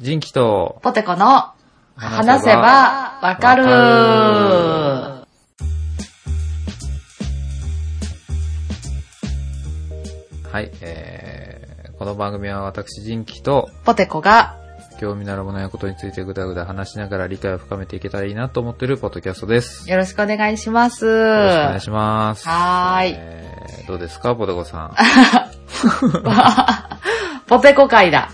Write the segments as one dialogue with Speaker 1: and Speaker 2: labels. Speaker 1: 人気と、
Speaker 2: ポテコの話せばわかる
Speaker 1: わかはい、えー、この番組は私、人気と、
Speaker 2: ポテコが
Speaker 1: 興味のあるものやことについてぐだぐだ話しながら理解を深めていけたらいいなと思ってるポッドキャストです。よ
Speaker 2: よろしくお願いします。
Speaker 1: ろしくお願いします。
Speaker 2: はーい
Speaker 1: えーどうですか、ポテコ さん。
Speaker 2: ポテコ 会だ。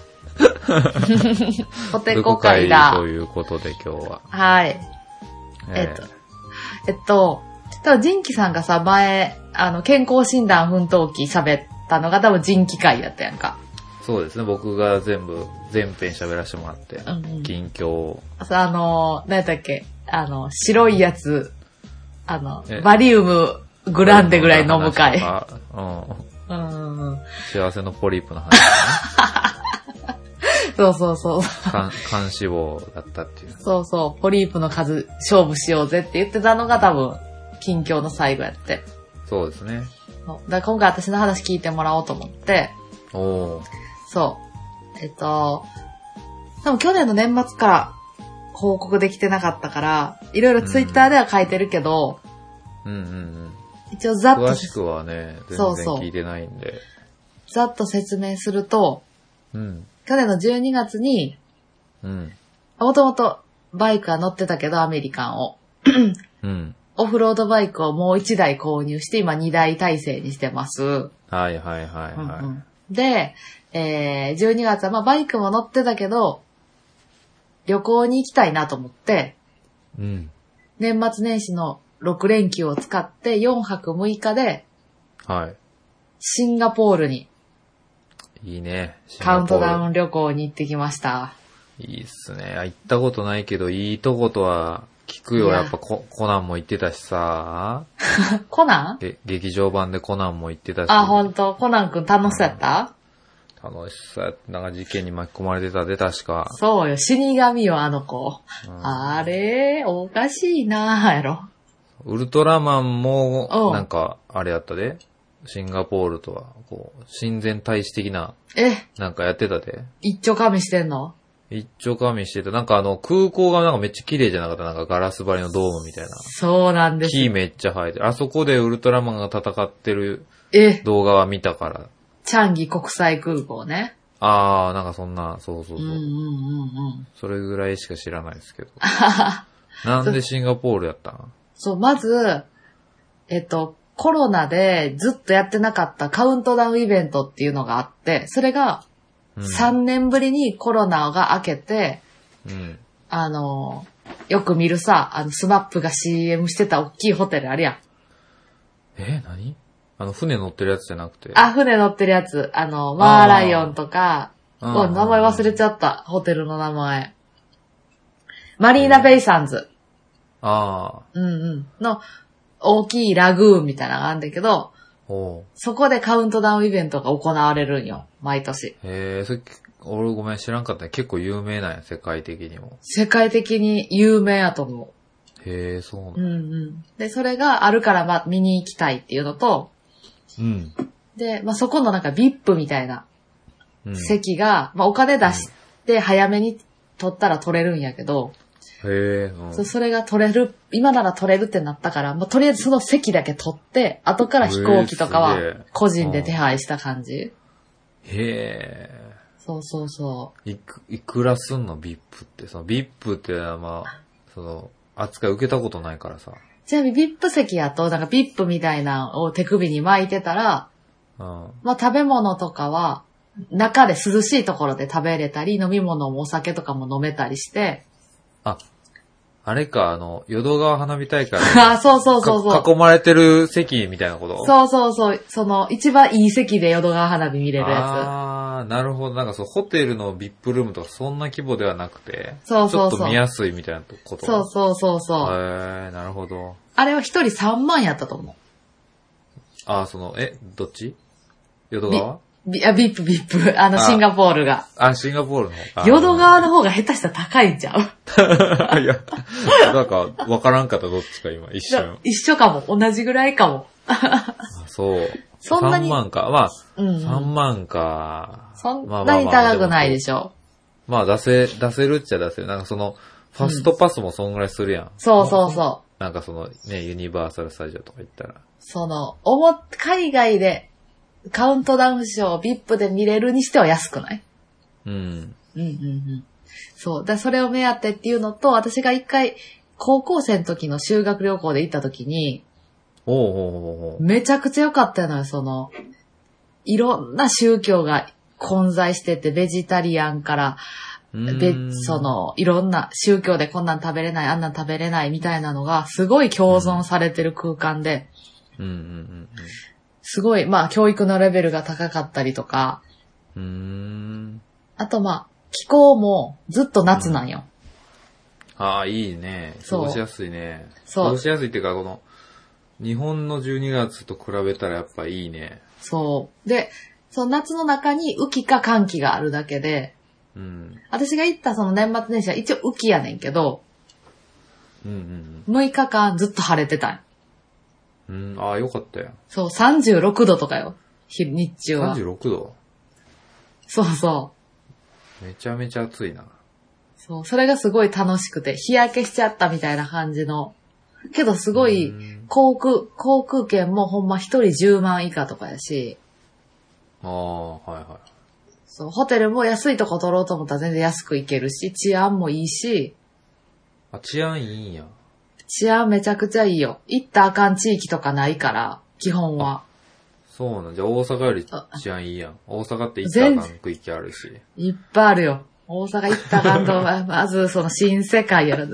Speaker 2: ポテコ会だ
Speaker 1: ポテコ会。ということで今日は。
Speaker 2: はい。えっと、えっと、多分ジンキさんがさ、前、あの、健康診断奮闘記喋ったのが多分ジンキ会やったやんか。
Speaker 1: そうですね、僕が全部、全編喋らせてもらって、
Speaker 2: うんうん
Speaker 1: 近況、
Speaker 2: さあの、何やったっけあの、白いやつ、あの
Speaker 1: え、
Speaker 2: バリウムグランデぐらい飲む会。
Speaker 1: 話とかうん。
Speaker 2: うん。
Speaker 1: 幸せのポリープの話、
Speaker 2: そうそうそう。
Speaker 1: 肝 肝脂肪だったっていう。
Speaker 2: そうそう。ポリープの数勝負しようぜって言ってたのが多分、近況の最後やって。
Speaker 1: そうですね。
Speaker 2: そうだから今回私の話聞いてもらおうと思って、
Speaker 1: おー
Speaker 2: そう。えっと、多分去年の年末から報告できてなかったから、いろいろツイッターでは書いてるけど、
Speaker 1: うんうんうん。
Speaker 2: 一応ざっと
Speaker 1: 詳、しくはね、全然
Speaker 2: そうそう
Speaker 1: 聞いてないんで。
Speaker 2: ざっと説明すると、
Speaker 1: うん。
Speaker 2: 去年の12月に、
Speaker 1: うん。
Speaker 2: もともとバイクは乗ってたけど、アメリカンを。
Speaker 1: うん。
Speaker 2: オフロードバイクをもう1台購入して、今2台体制にしてます。
Speaker 1: はいはいはいはい。
Speaker 2: うんうんで、えー、12月は、まあバイクも乗ってたけど、旅行に行きたいなと思って、
Speaker 1: うん。
Speaker 2: 年末年始の6連休を使って4泊6日で
Speaker 1: は
Speaker 2: シンガポールに
Speaker 1: い。いいね。
Speaker 2: カウントダ
Speaker 1: ン。
Speaker 2: ウン旅行に行ってきました。
Speaker 1: いいっすね。あ行ったことないけど、いいとことは聞くよ。
Speaker 2: いや
Speaker 1: やっぱココナンも行ってたしさ。
Speaker 2: コナン
Speaker 1: げ劇場版でコナンも行ってたし。
Speaker 2: あ、ほんと、コナンくん楽しそうやった、
Speaker 1: 楽しさやった、なんか事件に巻き込まれてたで、確か。
Speaker 2: そうよ、死神よ、あの子。
Speaker 1: うん
Speaker 2: あれおかしいなぁ、やろ。
Speaker 1: ウルトラマンも
Speaker 2: う、ん
Speaker 1: なんか、あれやったで。シンガポールとは、こう、親善大使的な、
Speaker 2: え、
Speaker 1: なんかやってたで。
Speaker 2: 一丁噛みしてんの
Speaker 1: 一丁加味してた。なんかあの、空港がなんかめっちゃ綺麗じゃなかったなんかガラス張りのドームみたいな。
Speaker 2: そうなんです
Speaker 1: 木めっちゃ生えてる。あそこでウルトラマンが戦ってる
Speaker 2: え、
Speaker 1: 動画は見たから。
Speaker 2: チャンギ国際空港ね。
Speaker 1: あー、なんかそんな、そうそう
Speaker 2: うん
Speaker 1: そうう。
Speaker 2: んうんうん。
Speaker 1: それぐらいしか知らないですけど。なんでシンガポールやったん
Speaker 2: そう、まず、えっと、コロナでずっとやってなかったカウントダウンイベントっていうのがあって、それが
Speaker 1: うん
Speaker 2: 3年ぶりにコロナが明けて、
Speaker 1: うん。
Speaker 2: あの、よく見るさ、あの、スマップが CM してた大きいホテルあるやん。
Speaker 1: え、何あの、船乗ってるやつじゃなくて。
Speaker 2: あ、船乗ってるやつ。あの、マーライオンとか、
Speaker 1: う
Speaker 2: お名前忘れちゃった。ホテルの名前。マリーナベイサンズ。
Speaker 1: あ
Speaker 2: うんうん。の、大きいラグーンみたいなのがあるんだけど、
Speaker 1: あ、おう
Speaker 2: そこでカウントダウンイベントが行われるんよ。毎年。
Speaker 1: へえ、それ、俺ごめん知らんかったね。結構有名なんや、世界的にも。
Speaker 2: 世界的に有名やと思
Speaker 1: へえ、そうなん
Speaker 2: う。うんうん。で、それがあるから、まあ、見に行きたいっていうのと、
Speaker 1: うん。
Speaker 2: で、まあ、そこのなんか VIP みたいな
Speaker 1: うん、へ
Speaker 2: 席が、まあ、お金出して早めに取ったら取れるんやけど、
Speaker 1: え、うん。
Speaker 2: そそれが取れる、今なら取れるってなったから、まあ、とりあえずその席だけ取って、後から飛行機とかは
Speaker 1: えーすげえ
Speaker 2: 個人で手配した感じ。
Speaker 1: へ
Speaker 2: そうそうそ
Speaker 1: え。いく、いくらすんの ?VIP って。その VIP って、まあ、その、扱い受けたことないからさ。
Speaker 2: う。ちなみに VIP 席やと、なんか VIP みたいなのを手首に巻いてたら、
Speaker 1: うん。
Speaker 2: まあ食べ物とかは、中で涼しいところで食べれたり、飲み物もお酒とかも飲めたりして、
Speaker 1: あれか、あの、淀川花火大会
Speaker 2: あ そうそうそうそう。
Speaker 1: か囲まれてる席みたいなことう。
Speaker 2: そうそうそう。その、一番いい席で淀川花火見れるや
Speaker 1: ああ、なるほど。なんかそう、ホテルの VIP ルームとかそんな規模ではなくて、
Speaker 2: そうそうそう
Speaker 1: ちょっと見やすいみたいなこ
Speaker 2: つ。
Speaker 1: と。
Speaker 2: そうそうそうそう。
Speaker 1: へえ、なるほど。
Speaker 2: あれは一人3万やったと思
Speaker 1: あ、その、え、どっち淀川
Speaker 2: う。ビあ、ビップビップ。あの、
Speaker 1: あ
Speaker 2: シンガポールが。
Speaker 1: あ、シンガポールの方か。
Speaker 2: 淀川の方が下手したら高いんちゃう
Speaker 1: 川 いや、なんか、わからんかった、どっちか今、一瞬。
Speaker 2: 一緒かも。同じぐらいかも。
Speaker 1: あそう。
Speaker 2: そんなに
Speaker 1: 3万か。まあ、
Speaker 2: うん。
Speaker 1: 3万か。
Speaker 2: そん
Speaker 1: まあ
Speaker 2: なに高くないで
Speaker 1: ょ。
Speaker 2: しょ。
Speaker 1: まあ出せ、出せるっちゃ出せる。なんかその、ファストパスもそんぐらいするやん。
Speaker 2: そうそうそう。
Speaker 1: なんかそのね、ユニバーサルスタジオとか行ったら。
Speaker 2: その、おも、海外でカウントダウンショーを VIP で見れるにしては安くない
Speaker 1: うん。
Speaker 2: うんうんうん。そう。だそれを目当てっていうのと、私が一回、高校生の時の修学旅行で行った時に、
Speaker 1: おうおうおうおう。
Speaker 2: めちゃくちゃ良かったのよ、その、いろんな宗教が混在してて、ベジタリアンから、
Speaker 1: う
Speaker 2: で
Speaker 1: ーん、
Speaker 2: そ、の、いろんな宗教でこんなん食べれない、あんなん食べれないみたいなのが、すごい共存されてる空間で、
Speaker 1: うんうん
Speaker 2: すごい、まあ、教育のレベルが高かったりとか、
Speaker 1: うんうん。うーん。
Speaker 2: あとまあ、気候もずっと夏なんよ。
Speaker 1: ああ、いいね。過
Speaker 2: そう
Speaker 1: ごしやすいね。
Speaker 2: そう
Speaker 1: 過ごしやすいっていうか、この、日本の12月と比べたらやっぱいいね。
Speaker 2: そう。で、その夏の中に雨季か寒季があるだけで、
Speaker 1: うん。
Speaker 2: 私が行ったその年末年始は一応雨季やねんけど、
Speaker 1: うん
Speaker 2: 6日間ずっと晴れてたんよ
Speaker 1: うんうん。うん、ああ、よかったよ。
Speaker 2: そう、36度とかよ。昼日中は。
Speaker 1: 36度。
Speaker 2: そうそう。
Speaker 1: めちゃめちゃ暑いな。
Speaker 2: そう、それがすごい楽しくて、日焼けしちゃったみたいな感じの。けどすごい、
Speaker 1: うん
Speaker 2: 航空、航空券もほんま一人10万以下とかやし、
Speaker 1: ああ、はいは
Speaker 2: そう、ホテルも安いとこ取ろうと思ったら全然安く行けるし、治安もいいし、
Speaker 1: い。あ、治安いいんや。
Speaker 2: 治安めちゃくちゃいいよ。行ったらあかん地域とかないから、基本は。
Speaker 1: そうなんじゃ、大阪より治安いいやん。大阪って行ったら
Speaker 2: 全
Speaker 1: あかん区域あるし。
Speaker 2: いっぱいあるよ。大阪行ったらあかんと ままずその新世界やろ。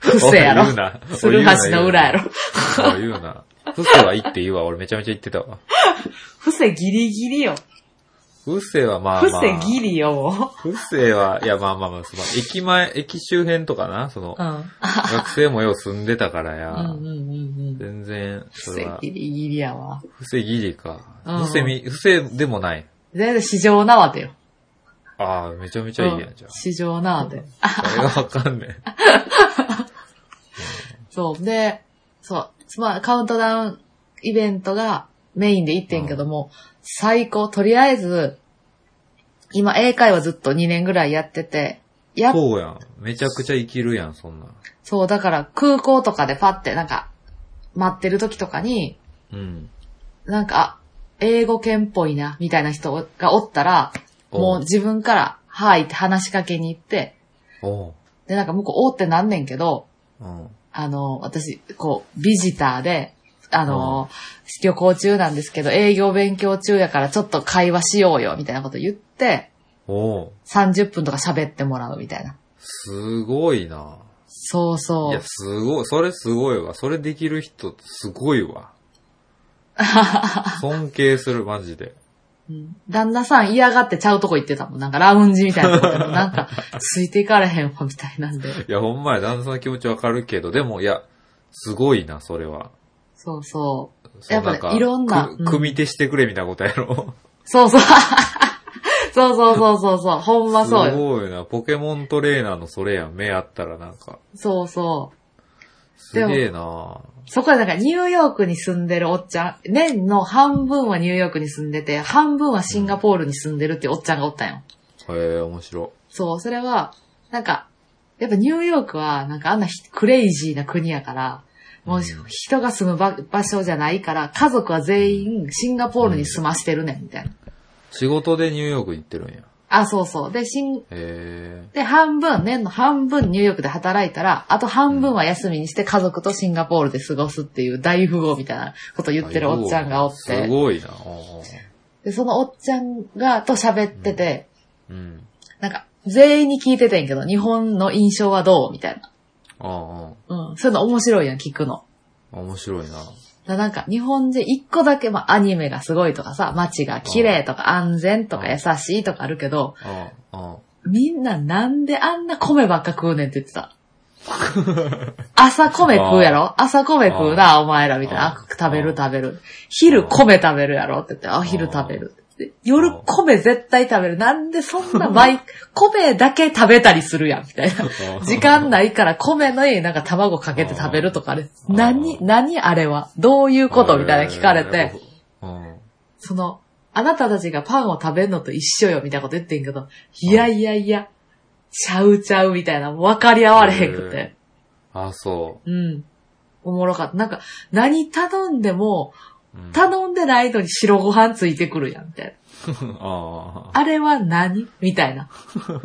Speaker 2: 伏せやろ
Speaker 1: おい言う。な。
Speaker 2: する橋の裏やろ。
Speaker 1: ろ。おい言うな。伏せは行っていいわ。俺めちゃめちゃ行ってたわ。
Speaker 2: 伏せギリギリよ。
Speaker 1: 伏せはまあ
Speaker 2: 伏
Speaker 1: まあ。
Speaker 2: せギリよ、も
Speaker 1: 不正は、いや、まあまあまあ、その、駅前、駅周辺とかな、その
Speaker 2: う。う、ん。
Speaker 1: 学生もよう住んでたから
Speaker 2: う
Speaker 1: や、
Speaker 2: んうんうんうん。
Speaker 1: 全然、そ
Speaker 2: 伏
Speaker 1: れ
Speaker 2: せ
Speaker 1: は、
Speaker 2: ギリギリやわ。
Speaker 1: 不正ギリか。
Speaker 2: うん
Speaker 1: 不正み、不正でもない。
Speaker 2: 全然市場なわてよ。
Speaker 1: ああ、めちゃめちゃいいやん、じゃ
Speaker 2: 市場なわて。
Speaker 1: あ。それがわかん ねえ。
Speaker 2: そう。で、そう。まあ、カウントダウンイベントがメインで行ってんけども、最高。とりあえず、今、英会話ずっと2年ぐらいやってて、やっ、
Speaker 1: そうやん。めちゃくちゃ生きるやん、そんなん。
Speaker 2: そう、だから空港とかでパって、なんか、待ってる時とかに、
Speaker 1: うん。
Speaker 2: なんか、あ英語圏っぽいな、みたいな人がおったら、
Speaker 1: おう
Speaker 2: もう自分から、はいって話しかけに行って、
Speaker 1: おう。
Speaker 2: で、なんか向こう、おーってなんねんけど、
Speaker 1: うん。
Speaker 2: あの、私、こう、ビジターで、あの、旅行中なんですけど、営業勉強中やからちょっと会話しようよ、みたいなこと言って、
Speaker 1: おう。
Speaker 2: 30分とか喋ってもらうみたいな。
Speaker 1: すごいな。
Speaker 2: そう
Speaker 1: い
Speaker 2: そ
Speaker 1: や、
Speaker 2: う。
Speaker 1: すごい。それすごいわ。それできる人、すごい わ。尊敬する、マジで。
Speaker 2: うん旦那さん嫌がってちゃうとこ行ってたもん。なんかラウンジみたいなとこ でも、なんか、ついていかれへんわ、みたいなんで。
Speaker 1: いや、ほんまや、旦那さんの気持ちわかるけど、でも、いや、すごいな、それは。
Speaker 2: そうそう。
Speaker 1: そう
Speaker 2: やっぱねいろんな
Speaker 1: く
Speaker 2: うん
Speaker 1: 組み手してくれみたいなことやろ。
Speaker 2: そう そう。そうそうそうそうそう。ほんまそう
Speaker 1: す
Speaker 2: よ。
Speaker 1: ごいな、ポケモントレーナーのそれやん、目あったらなんか。
Speaker 2: そうそう。
Speaker 1: すげえな
Speaker 2: そこでなんかニューヨークに住んでるおっちゃん、年の半分はニューヨークに住んでて、半分はシンガポールに住んでるっていうおっちゃんがおったんよ。
Speaker 1: へえ、面白
Speaker 2: そう、それは、なんか、やっぱニューヨークはなんかあんなひクレイジーな国やから、もううん人が住む場場所じゃないから、家族は全員シンガポールに住ましてるねん、みたいな。
Speaker 1: い。仕事でニューヨーク行ってるんや。へ
Speaker 2: あ、そうそう。で、シン、
Speaker 1: え。
Speaker 2: で、半分、年の半分ニューヨークで働いたら、あと半分は休みにして家族とシンガポールで過ごすっていう大富豪みたいなこと言ってるおっちゃんがおっ
Speaker 1: す
Speaker 2: て、
Speaker 1: ごいな。おうおう
Speaker 2: で、そのおっちゃんが、と喋ってて、
Speaker 1: うん。
Speaker 2: なんか、全員に聞いててんけど、日本の印象はどうみたいな。
Speaker 1: あ
Speaker 2: うん。そういうの面白いやん、聞くの。
Speaker 1: あ、面白いな。
Speaker 2: だなんか、日本人一個だけ、まあ、アニメがすごいとかさ、街が綺麗とか、安全とか、優しいとかあるけど、
Speaker 1: ああ、ああ。
Speaker 2: みんななんであんな米ばっか食うねんって言って た。朝米食うやろ朝米食うな、お前らみたいな。あ
Speaker 1: あ
Speaker 2: 食べる食べる。昼米食べるやろって言って、あ、昼食べる。で夜米絶対食べる。なんでそんな毎、米だけ食べたりするやん、みたい な。時間ないから米の上になんか卵かけて食べるとかあれ、
Speaker 1: うん
Speaker 2: 何、何あれはどういうことみたいな聞かれて、
Speaker 1: へえ。 うん。
Speaker 2: その、あなたたちがパンを食べるのと一緒よみたいなこと言ってんけど、いやいやいや、ちゃうちゃうみたいな、分かり合われへんくて。
Speaker 1: あ、そ
Speaker 2: うん。おもろかった。なんか、何頼んでも、
Speaker 1: う。 うん、
Speaker 2: 頼んでないのに白ご飯ついてくるやん、みたいな。
Speaker 1: ああ。
Speaker 2: あれは何みたいな。だか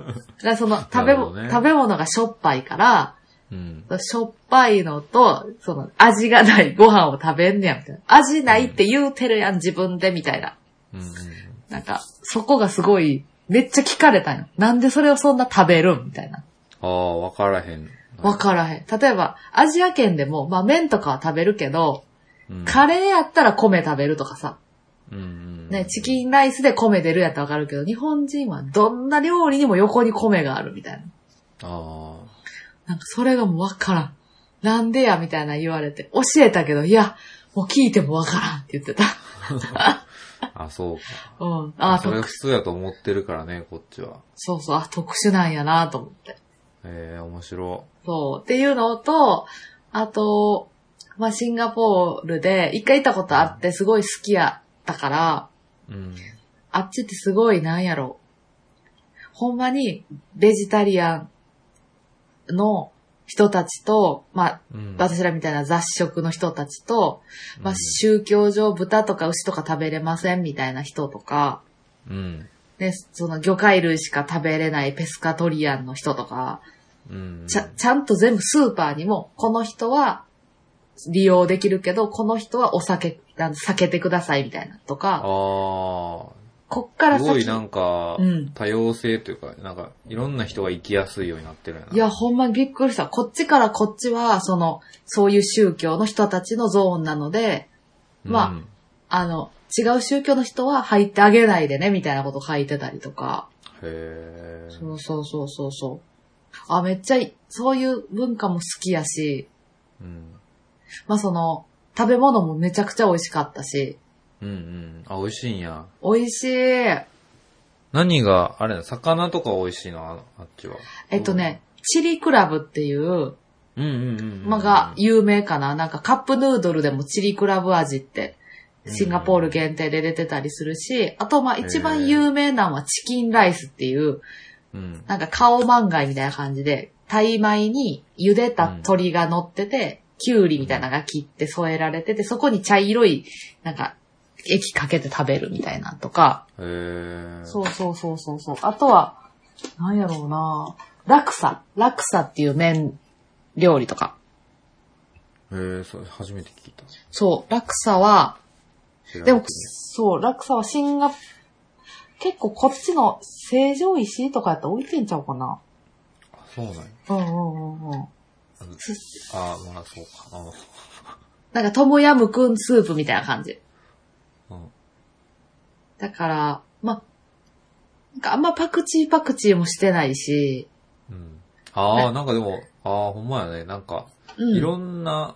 Speaker 2: らその、食べ
Speaker 1: な
Speaker 2: 物、
Speaker 1: るほどね
Speaker 2: 食べ物がしょっぱいから、
Speaker 1: うん。
Speaker 2: しょっぱいのと、その、味がないご飯を食べんねや、みたいな。味ないって言うてるやん、自分で、みたいな。
Speaker 1: うんうん。
Speaker 2: なんか、そこがすごい、めっちゃ聞かれたんよ。なんでそれをそんな食べるんみたいな。
Speaker 1: ああ、わからへん。
Speaker 2: わからへん。例えば、アジア圏でも、まあ麺とかは食べるけど、
Speaker 1: うん
Speaker 2: カレーやったら米食べるとかさ、
Speaker 1: うんうん。
Speaker 2: ね、チキンライスで米出るやったらわかるけど、日本人はどんな料理にも横に米があるみたいな。
Speaker 1: あ
Speaker 2: なんかそれがもうわからん。なんでやみたいな言われて、教えたけど、いや、もう聞いてもわからんって言ってた。
Speaker 1: あ。あ、そうか。
Speaker 2: うん。ああ、
Speaker 1: それ
Speaker 2: 特
Speaker 1: が普通やと思ってるからね、こっちは。
Speaker 2: そうそう、あ、特殊なんやなと思って。
Speaker 1: ええ面白
Speaker 2: そう。っていうのと、あと、まあ、シンガポールで、一回行ったことあって、すごい好きやったから、
Speaker 1: い。うん。
Speaker 2: あっちってすごいなんやろ。ほんまに、ベジタリアンの人たちと、まあ、
Speaker 1: うん。
Speaker 2: 私らみたいな雑食の人たちと、まあ、
Speaker 1: うん
Speaker 2: 宗教上豚とか牛とか食べれませんみたいな人とか、
Speaker 1: うん。
Speaker 2: ね、その魚介類しか食べれないペスカトリアンの人とか、
Speaker 1: うん。
Speaker 2: ちゃ、ちゃんと全部スーパーにも、この人は利用できるけど、この人はお酒、あの避けてくださいみたいなとか、
Speaker 1: あ
Speaker 2: こっから
Speaker 1: あ。すご
Speaker 2: 先
Speaker 1: い、なんか
Speaker 2: う、ん。
Speaker 1: 多様性というか、なんか、いろんな人が生きやすいようになってるやな。
Speaker 2: いや、ほんまにびっくりした。こっちからこっちは、その、そういう宗教の人たちのゾーンなので、
Speaker 1: うん、
Speaker 2: まあの、違う宗教の人は入ってあげないでね、みたいなこと書いてたりとか。
Speaker 1: へえ。
Speaker 2: そうそうそうそうそう。あ、めっちゃいい。そういう文化も好きやし、
Speaker 1: うん。
Speaker 2: まあその、食べ物もめちゃくちゃ美味しかったし、
Speaker 1: うんうん。あ、美味しいんや。
Speaker 2: 美味しい。え
Speaker 1: 何が、あれだ、魚とか美味しいのああっちは。
Speaker 2: っとね、チリクラブっていう、
Speaker 1: うんうんうんうん。
Speaker 2: まあが有名かな。なんかカップヌードルでもチリクラブ味って、シンガポール限定で出てたりするし、あとまあ一番有名なのはチキンライスっていう、
Speaker 1: うん。
Speaker 2: なんか顔漫画みたいな感じで、タイ米に茹でた鶏が乗ってて、キュウリみたいなのが切って添えられてて、そこに茶色い、なんか、液かけて食べるみたいなとか。
Speaker 1: へえ。
Speaker 2: そうそうそうそうそう。あとは、なんやろうなラクサ。ラクサっていう麺料理とか。
Speaker 1: へえ、それ初めて聞いた。
Speaker 2: そう、ラクサは、
Speaker 1: 知ら
Speaker 2: で
Speaker 1: な
Speaker 2: も
Speaker 1: く、て
Speaker 2: そう、落差はシンガ、結構こっちの成城石井とかやったら置いてんちゃうかな。
Speaker 1: あ、そうなんや。
Speaker 2: うんうんうんうん。
Speaker 1: あ、まあそうか。
Speaker 2: なんかトムヤムクンスープみたいな感じ。
Speaker 1: あうん。
Speaker 2: だから、ま、なんかあんまパクチーパクチーもしてないし、
Speaker 1: うん。ああ、なんかでも、ああ、ほんまやね。なんか、
Speaker 2: うん。
Speaker 1: いろんな、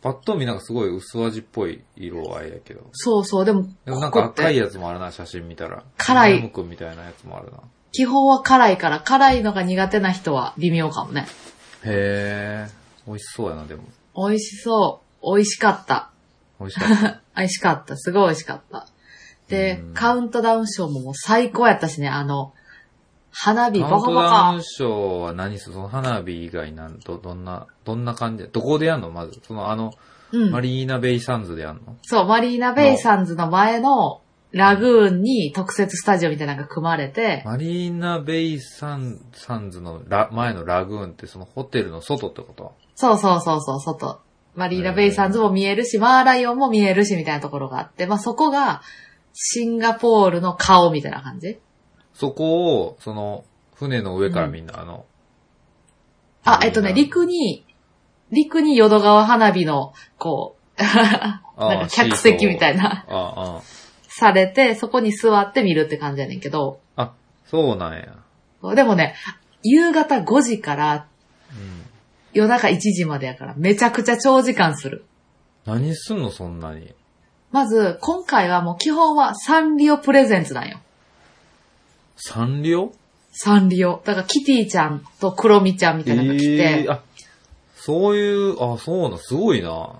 Speaker 1: パッと見なんかすごい薄味っぽい色合いやけど。
Speaker 2: そうそう、でも、
Speaker 1: でもなん
Speaker 2: こ
Speaker 1: か
Speaker 2: こって
Speaker 1: 赤いやつもあるな、写真見たら。
Speaker 2: 辛い
Speaker 1: ムくんみたいなやつもあるな。
Speaker 2: 基本は辛いから、辛いのが苦手な人は微妙かもね。
Speaker 1: へえ、美味しそうやな、でも。
Speaker 2: 美味しそう。美味しかった。
Speaker 1: 美味しかった。
Speaker 2: 美味しかった。すごい美味しかった。で
Speaker 1: うん、
Speaker 2: カウントダウンショーももう最高やったしね、あの、花火
Speaker 1: カウ
Speaker 2: バ
Speaker 1: ン
Speaker 2: カ
Speaker 1: ト
Speaker 2: バ
Speaker 1: ダウ
Speaker 2: カ
Speaker 1: ン。ショーは何するその花火以外なん、ど、どんな、どんな感じどこでやんのまず。その、あの、
Speaker 2: うん
Speaker 1: マリーナベイサンズでやんの
Speaker 2: そう、マリーナベイサンズの前のラグーンに特設スタジオみたいなのが組まれて、
Speaker 1: マリーナベイサンサンズのラ前のラグーンってそのホテルの外ってこと
Speaker 2: そうそうそうそう、外。マリーナベイサンズも見えるし、マーライオンも見えるし、みたいなところがあって、まあ、そこが、シンガポールの顔みたいな感じ
Speaker 1: そこを、その、船の上からみんな、あの、マ、リ
Speaker 2: あ
Speaker 1: ーナ
Speaker 2: えっとね、陸に、陸に淀川花火の、こう、
Speaker 1: あ
Speaker 2: なんか客席みた
Speaker 1: い
Speaker 2: いな、
Speaker 1: な。ああ、
Speaker 2: されて、そこに座って見るって感じやねんけど、
Speaker 1: そうなんや。
Speaker 2: でもね、夕方5時から
Speaker 1: うん。
Speaker 2: 夜中1時までやから、めちゃくちゃ長時間する。
Speaker 1: 何すんの、そんなに。
Speaker 2: まず、今回はもう基本はサンリオプレゼンツなんよ。
Speaker 1: サンリオ
Speaker 2: サンリオ。だからキティちゃんとクロミちゃんみたいなのが来て、
Speaker 1: ーあ、そういう、あ、そうなん、すごいな。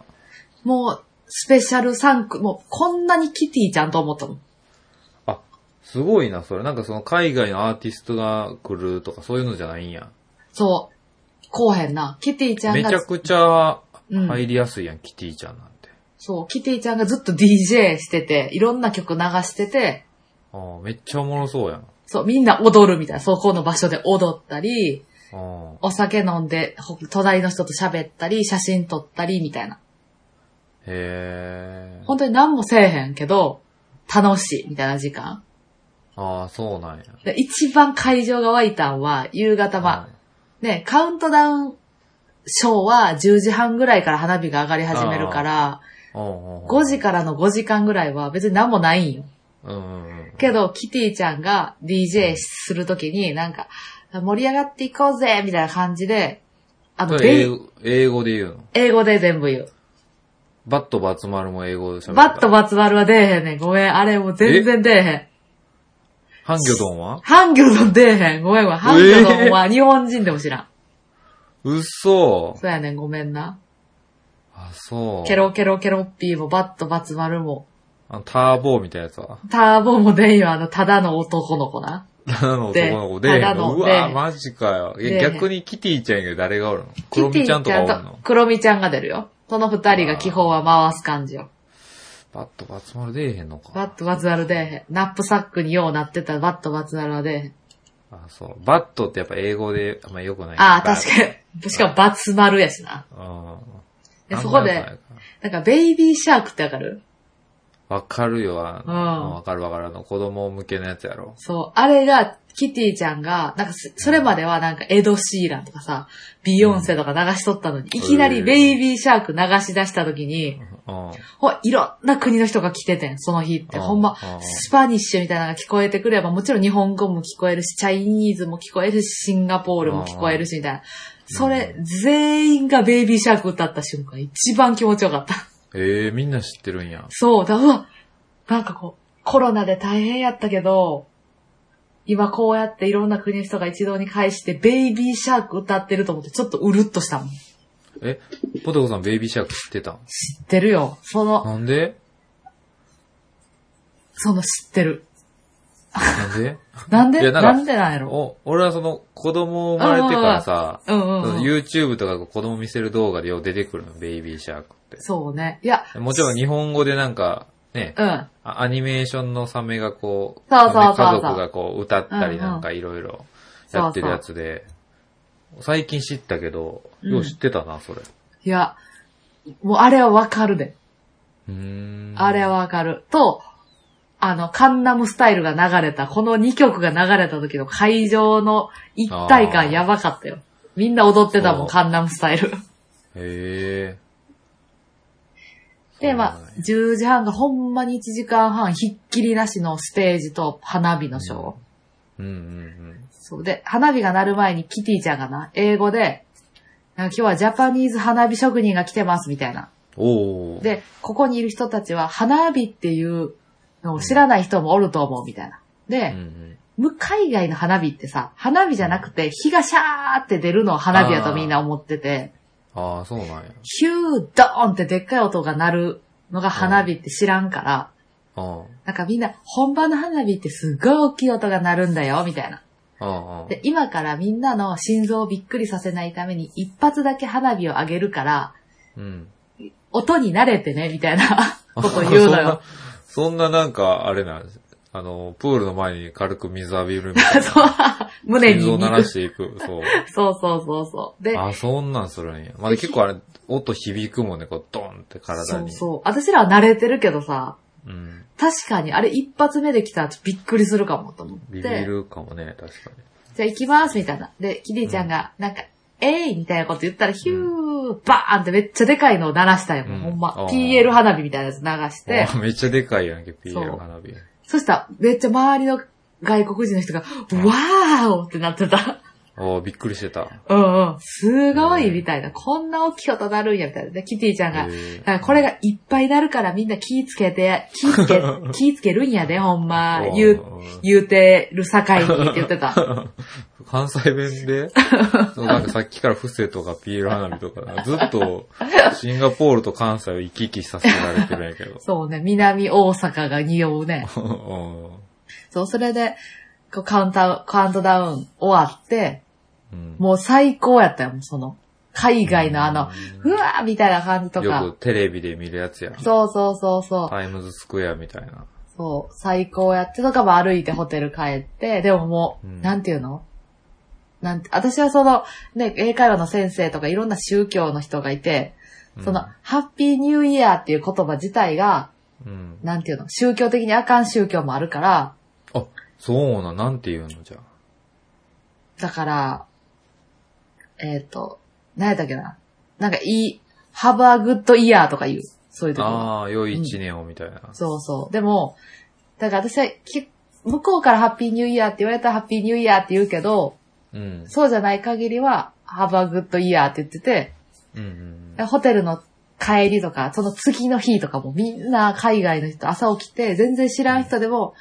Speaker 2: もうスペシャルサンク、もうこんなにキティちゃんと思ったもん。
Speaker 1: あ、すごいな、それ。なんかその海外のアーティストが来るとかそういうのじゃないんや。
Speaker 2: そう。こうへんな。キティちゃん
Speaker 1: め
Speaker 2: が
Speaker 1: ちゃ、くちゃ
Speaker 2: うん
Speaker 1: 入りやすいやん、キティちゃんなんて。
Speaker 2: そう、キティちゃんがずっと DJ してて、いろんな曲流してて、
Speaker 1: あーめっちゃおもろそうやん。
Speaker 2: そう、みんな踊るみたいな、そこの場所で踊ったり、
Speaker 1: あー
Speaker 2: お酒飲んで、ほ隣の人と喋ったり、写真撮ったり、みたいな。
Speaker 1: へえ。
Speaker 2: 本当に何もせえへんけど、楽しい、みたいな時間。
Speaker 1: ああ、そうなんや。
Speaker 2: で一番会場が湧いたんは、夕方、まあ、ね、カウントダウンショーは10時半ぐらいから花火が上がり始めるから、
Speaker 1: うん、うんうん
Speaker 2: 5時からの5時間ぐらいは別に何もないんよ。
Speaker 1: うんうんうん。
Speaker 2: けど、キティちゃんが DJ するときに、なんか、盛り上がっていこうぜみたいな感じで、あの、
Speaker 1: それ
Speaker 2: で
Speaker 1: 英語英語で言うの。
Speaker 2: 英語で全部言う。
Speaker 1: バットバツマルも英語で喋った。
Speaker 2: バットバツバルは出えへんねん。ごめん。あれもう全然出えへん。
Speaker 1: ハンギョドンは
Speaker 2: ハンギョドン出えへん。ごめんわ。ハンギョドンは日本人でも知らん。
Speaker 1: 嘘。
Speaker 2: そうやねん。ごめんな。
Speaker 1: あ、そう。
Speaker 2: ケロケロケロッピーもバットバツバルも。
Speaker 1: あのターボーみたいなやつ は。
Speaker 2: ターボも出んよ。あの、ただの男の子な。
Speaker 1: ただの男の子で、
Speaker 2: ただの
Speaker 1: う
Speaker 2: で
Speaker 1: わ、マジかよ。い
Speaker 2: で
Speaker 1: や、逆にキティちゃん以外誰がおるのクロミちゃんとかおるの
Speaker 2: クロミちゃんが出るよ。その二人が基本は回す感じよ。
Speaker 1: バットバツマル出えへんのか。
Speaker 2: バットバツバル出えへん。ナップサックにようなってたバットバツバルは出えへん。
Speaker 1: あ、そう。バットってやっぱ英語であんま良くない。
Speaker 2: ああ、確かに。しかもバツマルやしな。
Speaker 1: か
Speaker 2: で
Speaker 1: うん。
Speaker 2: そこで
Speaker 1: あんま良くないから
Speaker 2: なんか、ベイビーシャークってわかる
Speaker 1: わかるよ、あ
Speaker 2: うん
Speaker 1: のわかるわかる。あの、子供向けのやつやろ。
Speaker 2: そう。あれが、キティちゃんが、なんかす、それまではなんか、エド・シーランとかさ、ビヨンセとか流しとったのに、いきなりベイビーシャーク流し出した時に、
Speaker 1: うん。
Speaker 2: ほ、いろんな国の人が来ててん、その日って。
Speaker 1: うん
Speaker 2: ほんま
Speaker 1: う、ん
Speaker 2: スパニッシュみたいなのが聞こえてくれば、もちろん日本語も聞こえるし、チャイニーズも聞こえるし、シンガポールも聞こえるし、みたいな。それ、全員がベイビーシャーク歌った瞬間、一番気持ちよかった。
Speaker 1: ええー、みんな知ってるんや。
Speaker 2: そう、だ、うわ、なんかこう、コロナで大変やったけど、今こうやっていろんな国の人が一堂に会して、ベイビーシャーク歌ってると思って、ちょっとうるっとしたもん。知
Speaker 1: え、ポテコさんベイビーシャーク知ってたん
Speaker 2: ってるよ。その、
Speaker 1: なんで
Speaker 2: その知ってる。
Speaker 1: なんで
Speaker 2: なんで
Speaker 1: いやなんか
Speaker 2: なんでなんやろ
Speaker 1: お、俺はその子供生まれてからさ、
Speaker 2: うんうん
Speaker 1: その
Speaker 2: うん。
Speaker 1: YouTube とか子供見せる動画でよう出てくるの、ベイビーシャークっ
Speaker 2: そうね。いや、
Speaker 1: て。もちろん日本語でなんか、ね、
Speaker 2: うん。
Speaker 1: あアニメーションのサメがこう、
Speaker 2: そうそうそうそう
Speaker 1: サメ家族がこう歌ったりなんかいろいろやってるやつで、最近知ったけど、
Speaker 2: うん
Speaker 1: よう知ってたな、それ。
Speaker 2: いや、もうあれはわかるで。
Speaker 1: うーん。
Speaker 2: あれは。わかる。と、あの、カンナムスタイルが流れた、この2曲が流れた時の会場の一体
Speaker 1: あ
Speaker 2: 感
Speaker 1: ー
Speaker 2: やばかったよ。みんな踊ってたも
Speaker 1: そ
Speaker 2: ん、
Speaker 1: う
Speaker 2: カンナムスタイル。
Speaker 1: へえ。
Speaker 2: で、まあ、10時半がほんまに1時間半、ひっきりなしのステージと花火のショー。
Speaker 1: うんうん
Speaker 2: そうで、花火が鳴る前にキティちゃんがな、英語で、なんか今日はジャパニーズ花火職人が来てます、みたいな。
Speaker 1: うん。おー。
Speaker 2: で、ここにいる人たちは花火っていうのを知らない人もおると思うみたいな。
Speaker 1: うんう
Speaker 2: で、
Speaker 1: ん、
Speaker 2: 向海外の花火ってさ、花火じゃなくて火がシャーって出るのを花火やとみんな思ってて、
Speaker 1: ああ、そうなんや。
Speaker 2: ヒュードーンってでっかい音が鳴るのが花火って知らんから、
Speaker 1: うん。うん
Speaker 2: なんかみんな本場の花火ってすごい大きい音が鳴るんだよ、みたいな。
Speaker 1: うん。
Speaker 2: で、今からみんなの心臓をびっくりさせないために一発だけ花火を上げるから、
Speaker 1: うん。
Speaker 2: 音に慣れてね、みたいな こと言 うの
Speaker 1: そん
Speaker 2: よ。
Speaker 1: な。そんななんか、あれなんです。あの、プールの前に軽く水浴びるみたいな。
Speaker 2: そう、胸に
Speaker 1: 水を
Speaker 2: 肉
Speaker 1: 鳴らしていく。 そう。
Speaker 2: そうそうそうそう。で、
Speaker 1: あ、そんなんするんや。まあ、結構あれ、音響くもんね、こう、ドンって体
Speaker 2: そう
Speaker 1: に。
Speaker 2: そう。私らは慣れてるけどさ、
Speaker 1: うん。
Speaker 2: 確かにあれ一発目で来たらびっくりするかもと思っ
Speaker 1: ビビ
Speaker 2: て、
Speaker 1: るかもね、確かに。
Speaker 2: じゃあ行きますみたいな。で、キリちゃんが、なんか、えいみたいなこと言ったら、ヒュー、バーンってめっちゃでかいのを鳴らしたよ。もう
Speaker 1: うん
Speaker 2: ほんま
Speaker 1: あ。ー
Speaker 2: PL 花火みたいなやつ流して
Speaker 1: わ、あめっちゃでかいやんけ、
Speaker 2: そう
Speaker 1: PL 花火。
Speaker 2: そしたらめっちゃ周りの外国人の人が、わーおってなってた。
Speaker 1: おーびっくりしてた。
Speaker 2: うんうん。すごい
Speaker 1: うん
Speaker 2: みたいな。こんな大きい音鳴るんや、みたいな。で、キティちゃんが、
Speaker 1: へー
Speaker 2: だからこれがいっぱいなるからみんな気ぃつけて、気ぃつ け、気ぃつけるんやで、ほんま。言う、
Speaker 1: おー
Speaker 2: 言うてる境にって言ってた。。
Speaker 1: 関西弁でそうなんかさっきから伏せとかピエロ花火とか、ずっとシンガポールと関西を行き来させられてるんやけど
Speaker 2: そうね、南大阪が匂うね。
Speaker 1: うん
Speaker 2: と、それで、こうカウンター、カウントダウン終わって、
Speaker 1: うん
Speaker 2: もう最高やったよ、もうその、海外のあの、
Speaker 1: う
Speaker 2: うわーみたいな感じと
Speaker 1: んよ
Speaker 2: か
Speaker 1: く。テレビで見るやつや。
Speaker 2: そうそうそうそう。
Speaker 1: タイムズスクエアみたいな。
Speaker 2: そう、最高やってとかも歩いてホテル帰って、でももう、
Speaker 1: うん
Speaker 2: なんていうのなんて、私はその、ね、英会話の先生とかいろんな宗教の人がいて、
Speaker 1: うん
Speaker 2: その、ハッピーニューイヤーっていう言葉自体が、
Speaker 1: うん。
Speaker 2: なんていうの宗教的にあかん宗教もあるから、
Speaker 1: あ、そうな、なんて言うのじゃあ。
Speaker 2: だから、えっ、と、何やったっけななんかいい、ハブアグッドイヤーとか言う。そういうところ。
Speaker 1: ああ、良い一年をみたいな。
Speaker 2: そうそう。でも、だから私はき、向こうからハッピーニューイヤーって言われたらハッピーニューイヤーって言うけど、
Speaker 1: うん。
Speaker 2: そうじゃない限りは、ハブアグッドイヤーって言ってて、
Speaker 1: うんうん。
Speaker 2: ホテルの帰りとか、その次の日とかもみんな海外の人、朝起きて、全然知らん人でも、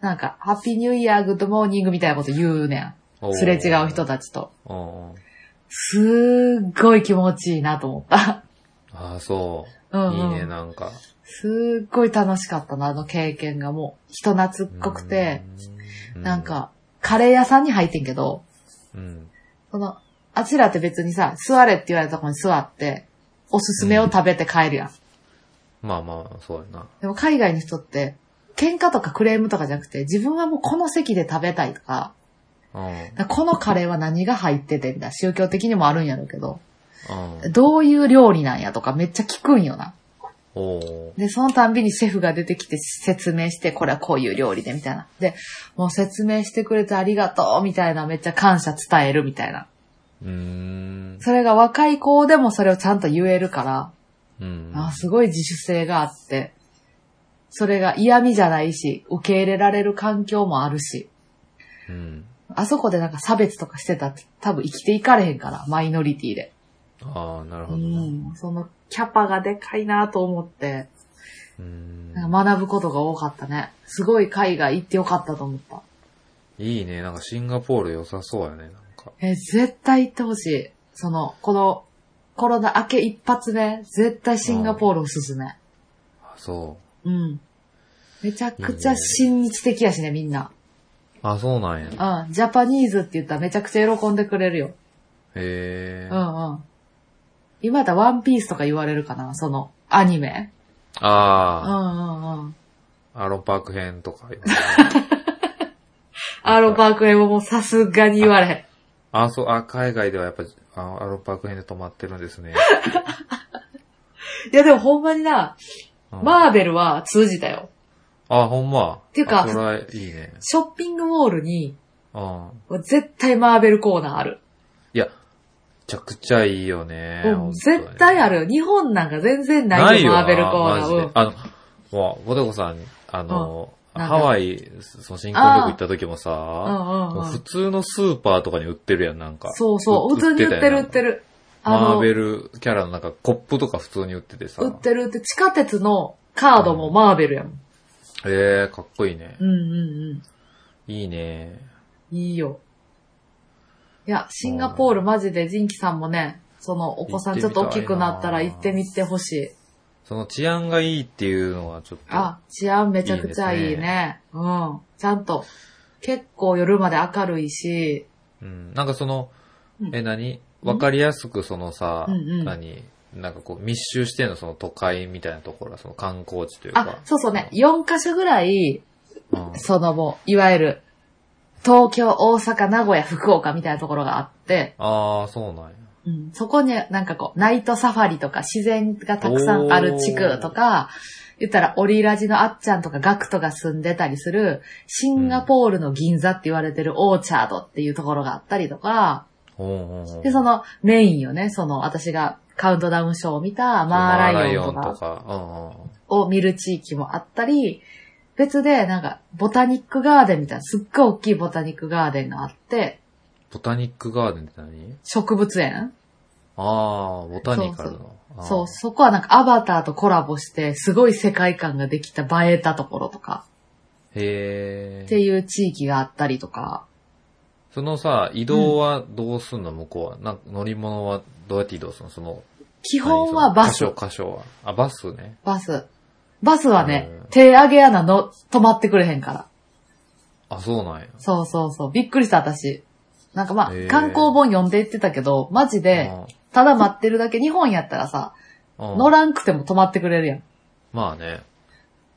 Speaker 2: なんか、ハッピーニューイヤー、グッドモーニングみたいなこと言うね
Speaker 1: お
Speaker 2: ん。
Speaker 1: ー
Speaker 2: すれ違う人。たちと。
Speaker 1: おー
Speaker 2: すーっごい気持ちいいなと思 った。
Speaker 1: ああ、そうう。
Speaker 2: ん、うん。
Speaker 1: いいね、なんか。
Speaker 2: すーっごい楽しかったな、あの経験がもう。人懐っこくて、
Speaker 1: う、
Speaker 2: なんか、カレー屋さんに入ってんけど、
Speaker 1: うん、
Speaker 2: その、あちらって別にさ、座れって言われたとこに座って、おすすめを食べて帰るやん。
Speaker 1: まあまあ、そうやな。
Speaker 2: でも海外の人って、喧嘩とかクレームとかじゃなくて、自分はもうこの席で食べたいとか、
Speaker 1: うん。
Speaker 2: だからこのカレーは何が入っててみたいな、宗教的にもあるんやろうけど、
Speaker 1: うん。
Speaker 2: どういう料理なんやとかめっちゃ聞くんよな。
Speaker 1: おー
Speaker 2: で、そのたんびにシェフが出てきて説明して、これはこういう料理でみたいな。で、もう説明してくれてありがとうみたいな、めっちゃ感謝伝えるみたいな。
Speaker 1: うーん。
Speaker 2: それが若い子でもそれをちゃんと言えるから、
Speaker 1: うん。
Speaker 2: あすごい自主性があって、それが嫌味じゃないし、受け入れられる環境もあるし、
Speaker 1: うん。
Speaker 2: あそこでなんか差別とかしてたって多分生きていかれへんから、マイノリティで。
Speaker 1: ああ、なる
Speaker 2: う
Speaker 1: ほどね。
Speaker 2: ん、そのキャパがでかいなと思って、
Speaker 1: うん。
Speaker 2: なんか学ぶことが多かったね。すごい海外行ってよかったと思った。
Speaker 1: いいね、なんかシンガポール良さそうやね、なんか。
Speaker 2: え、絶対行ってほしい。その、このコロナ明け一発目、絶対シンガポールおすすめ。
Speaker 1: あ、そ
Speaker 2: うん。めちゃくちゃ親日的やしね、みんな。
Speaker 1: う。あ、そうなんや。へ
Speaker 2: うん、ジャパニーズって言ったらめちゃくちゃ喜んでくれるよ。
Speaker 1: え
Speaker 2: う。んうん。今やったらワンピースとか言われるかな、その、アニメ。うんう
Speaker 1: ああ、
Speaker 2: んうん。
Speaker 1: アロパーク編とか言われる。
Speaker 2: アロパークへももうさすがに言われへん。
Speaker 1: あ、そう、あ、海外ではやっぱ、あアロパーク編で止まってるんですね。
Speaker 2: いやでもほんまにな、
Speaker 1: うん、あ。
Speaker 2: マーベルは通じたよ。
Speaker 1: あ、ほんま。
Speaker 2: ていうか
Speaker 1: あそれはいいね。
Speaker 2: ショッピングモールに、
Speaker 1: うん。
Speaker 2: 絶対マーベルコーナーある。
Speaker 1: いや、めちゃくちゃいいよね。本
Speaker 2: う
Speaker 1: 当
Speaker 2: ん、
Speaker 1: に
Speaker 2: 絶対あるよ。日本なんか全然ないよ、
Speaker 1: ないよな。
Speaker 2: マーベルコー
Speaker 1: マ
Speaker 2: ナ
Speaker 1: ジで
Speaker 2: ー。うん
Speaker 1: あの、もう、ポテコさん、あの、
Speaker 2: うんなんか
Speaker 1: ハワイ、その新婚旅行行った時もさ、
Speaker 2: うんう
Speaker 1: も
Speaker 2: ん
Speaker 1: う
Speaker 2: う
Speaker 1: 普
Speaker 2: ん。
Speaker 1: 通のスーパーとかに売ってるやん、なんか。
Speaker 2: そうそ
Speaker 1: 売
Speaker 2: う、普通に売ってる売って
Speaker 1: る。
Speaker 2: る。
Speaker 1: マーベ
Speaker 2: ル
Speaker 1: ルキャラのなんかコップとか普通に売っててさ。
Speaker 2: 売ってるって、地下鉄のカードもマーベルやもん。
Speaker 1: ええー、かっこいいね
Speaker 2: う。んうんうん。
Speaker 1: いいね。
Speaker 2: いいよ。いや、シンガポールマジでジンキさんもね、そのお子さんちょっと大きくなったら行
Speaker 1: 行
Speaker 2: っ
Speaker 1: ってて
Speaker 2: み
Speaker 1: み
Speaker 2: てほしい。
Speaker 1: その治安がいいっていうのはちょっと。
Speaker 2: あ、治安めちゃくちゃいいね。
Speaker 1: いいです
Speaker 2: うん。ちゃんと、結構夜まで明るいし、
Speaker 1: うん、なんかその
Speaker 2: う、ん
Speaker 1: え、何わかりやすくそのさ、
Speaker 2: うんうん
Speaker 1: 何なんかこう密集してんのその都会みたいなところは、その観光地という
Speaker 2: あ
Speaker 1: か、。
Speaker 2: そうそうね、4カ所ぐらい、
Speaker 1: うん。うん
Speaker 2: そのもう、いわゆる、東京、大阪、名古屋、福岡みたいなところがあって、
Speaker 1: ああ、そうなんや。
Speaker 2: うん、そこになんかこう、ナイトサファリとか自然がたくさんある地区とか、言ったらオリラジのあっちゃんとかガクトが住んでたりする、シンガポールの銀座って言われてるオーチャードっていうところがあったりとか、
Speaker 1: うんうんうん。
Speaker 2: で、そのメインよね、その私がカウントダウンショーを見たマーライオンと
Speaker 1: マーライオンと
Speaker 2: か
Speaker 1: か。うんうん。
Speaker 2: を見る地域もあったり、別でなんかボタニックガーデンみたいな、すっごい大きいボタニックガーデンがあって、
Speaker 1: ボタニックガーデンって何
Speaker 2: 植物園
Speaker 1: ああ、ボタニカルの。あー
Speaker 2: そう、そこはなんかアバターとコラボして、すごい世界観ができた映えたところとか、
Speaker 1: へ
Speaker 2: って
Speaker 1: え。
Speaker 2: いう地域があったりとか、
Speaker 1: そのさ、移動はどうすんの向こうは。なんか乗り物はどうやって移動すんのその、
Speaker 2: 基本はバ
Speaker 1: 何そ
Speaker 2: ス
Speaker 1: の、箇所、箇所は。あ、バスね。
Speaker 2: バス。バスはね
Speaker 1: うん、
Speaker 2: 手上げ穴の止まってくれへんから。
Speaker 1: あ、そうなんや。
Speaker 2: そうそうそう。びっくりした、私。なんかまあ
Speaker 1: へ、ー
Speaker 2: 観光本読んでいってたけど、マジで、ただ待ってるだけ、日本やったらさ、
Speaker 1: うん、
Speaker 2: 乗らんくても止まってくれるやん。
Speaker 1: まあね。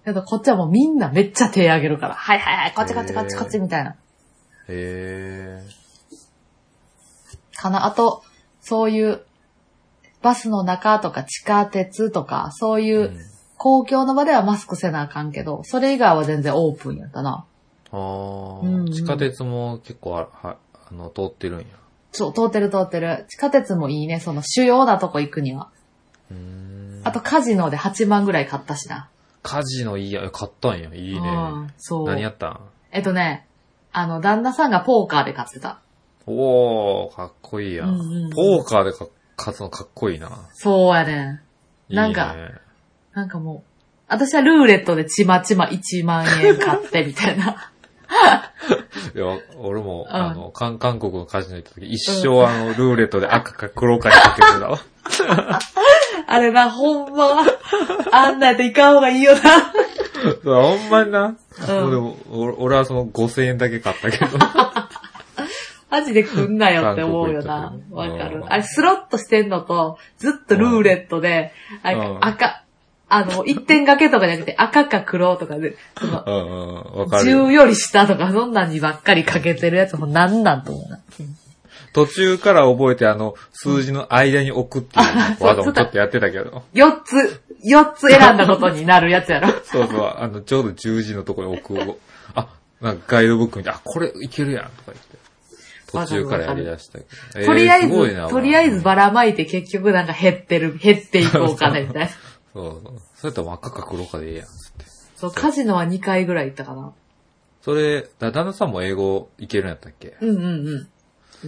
Speaker 2: けど、こっちはもうみんなめっちゃ手挙げるから、はいはいはい、こっちこっちこっち
Speaker 1: へー
Speaker 2: こっちみたいな。
Speaker 1: へえ。
Speaker 2: かな。あと、そういう、バスの中とか地下鉄とか、そういうう公共の場ではマスクせなあかんけど、それ以外は全然オープンやったな。
Speaker 1: ああ、
Speaker 2: うんうん
Speaker 1: 地下鉄も結構あ、は、あの、通ってるんや。
Speaker 2: そう、通ってる通ってる。地下鉄もいいね、その主要なとこ行くには。
Speaker 1: うーん。
Speaker 2: あと、カジノで8万ぐらい買ったしな。
Speaker 1: カジノいいや、買ったんや。いいね。
Speaker 2: うんそう。
Speaker 1: 何やったん
Speaker 2: えっとね、あの、旦那さんがポーカーで買ってた。
Speaker 1: おー、かっこいいやん。
Speaker 2: うんうんうん
Speaker 1: ポーカーでか勝つのかっこいいな。
Speaker 2: そうやねん。
Speaker 1: いいね、
Speaker 2: なんかなんかもう、私はルーレットでちまちま1万円買ってみたいな。
Speaker 1: いや、俺も、
Speaker 2: うん
Speaker 1: あの、韓韓国のカジノ行った時、一生あの、ルーレットで赤か黒かにかけてたわ。
Speaker 2: あれな、ほんま、あんなんやったらいかん方がいいよな。
Speaker 1: ほんまにな。
Speaker 2: うん
Speaker 1: でも俺俺はその5000円だけ買ったけ ど。
Speaker 2: マジで来んなよって思うよな
Speaker 1: 韓。国
Speaker 2: わ
Speaker 1: 行った
Speaker 2: か
Speaker 1: けど
Speaker 2: る
Speaker 1: う。ん
Speaker 2: あれ、スロットしてんのと、ずっとルーレットで、あ
Speaker 1: うん
Speaker 2: 赤、あの、一点掛けとかじゃなくて、赤か黒とかで、その、
Speaker 1: うんうん、わかるよ。
Speaker 2: 10より下とか、そんなんにばっかりかけてるやつもなんなんと思うな。
Speaker 1: 途中から覚えてあの、数字の間に置くっていう技もちょっとやってたけど。
Speaker 2: 4つ、4つ選んだことになるやつやろ。
Speaker 1: そうそう、あの、ちょうど十字のとこに置くを。あ、なんかガイドブック見て、あ、これいけるやんとか言って。途中からやりだしたけど。
Speaker 2: とりあ
Speaker 1: ー
Speaker 2: え
Speaker 1: すごい
Speaker 2: ず
Speaker 1: な、
Speaker 2: とりあえずばらまいて結局なんか減って る、減っていこうかね、みたいな。
Speaker 1: そうそう。それと赤か黒かでええやん。
Speaker 2: そう、カジノは2回ぐらい行ったかな。
Speaker 1: それ、だ旦那さんも英語いけるんやったっけ
Speaker 2: うんうんう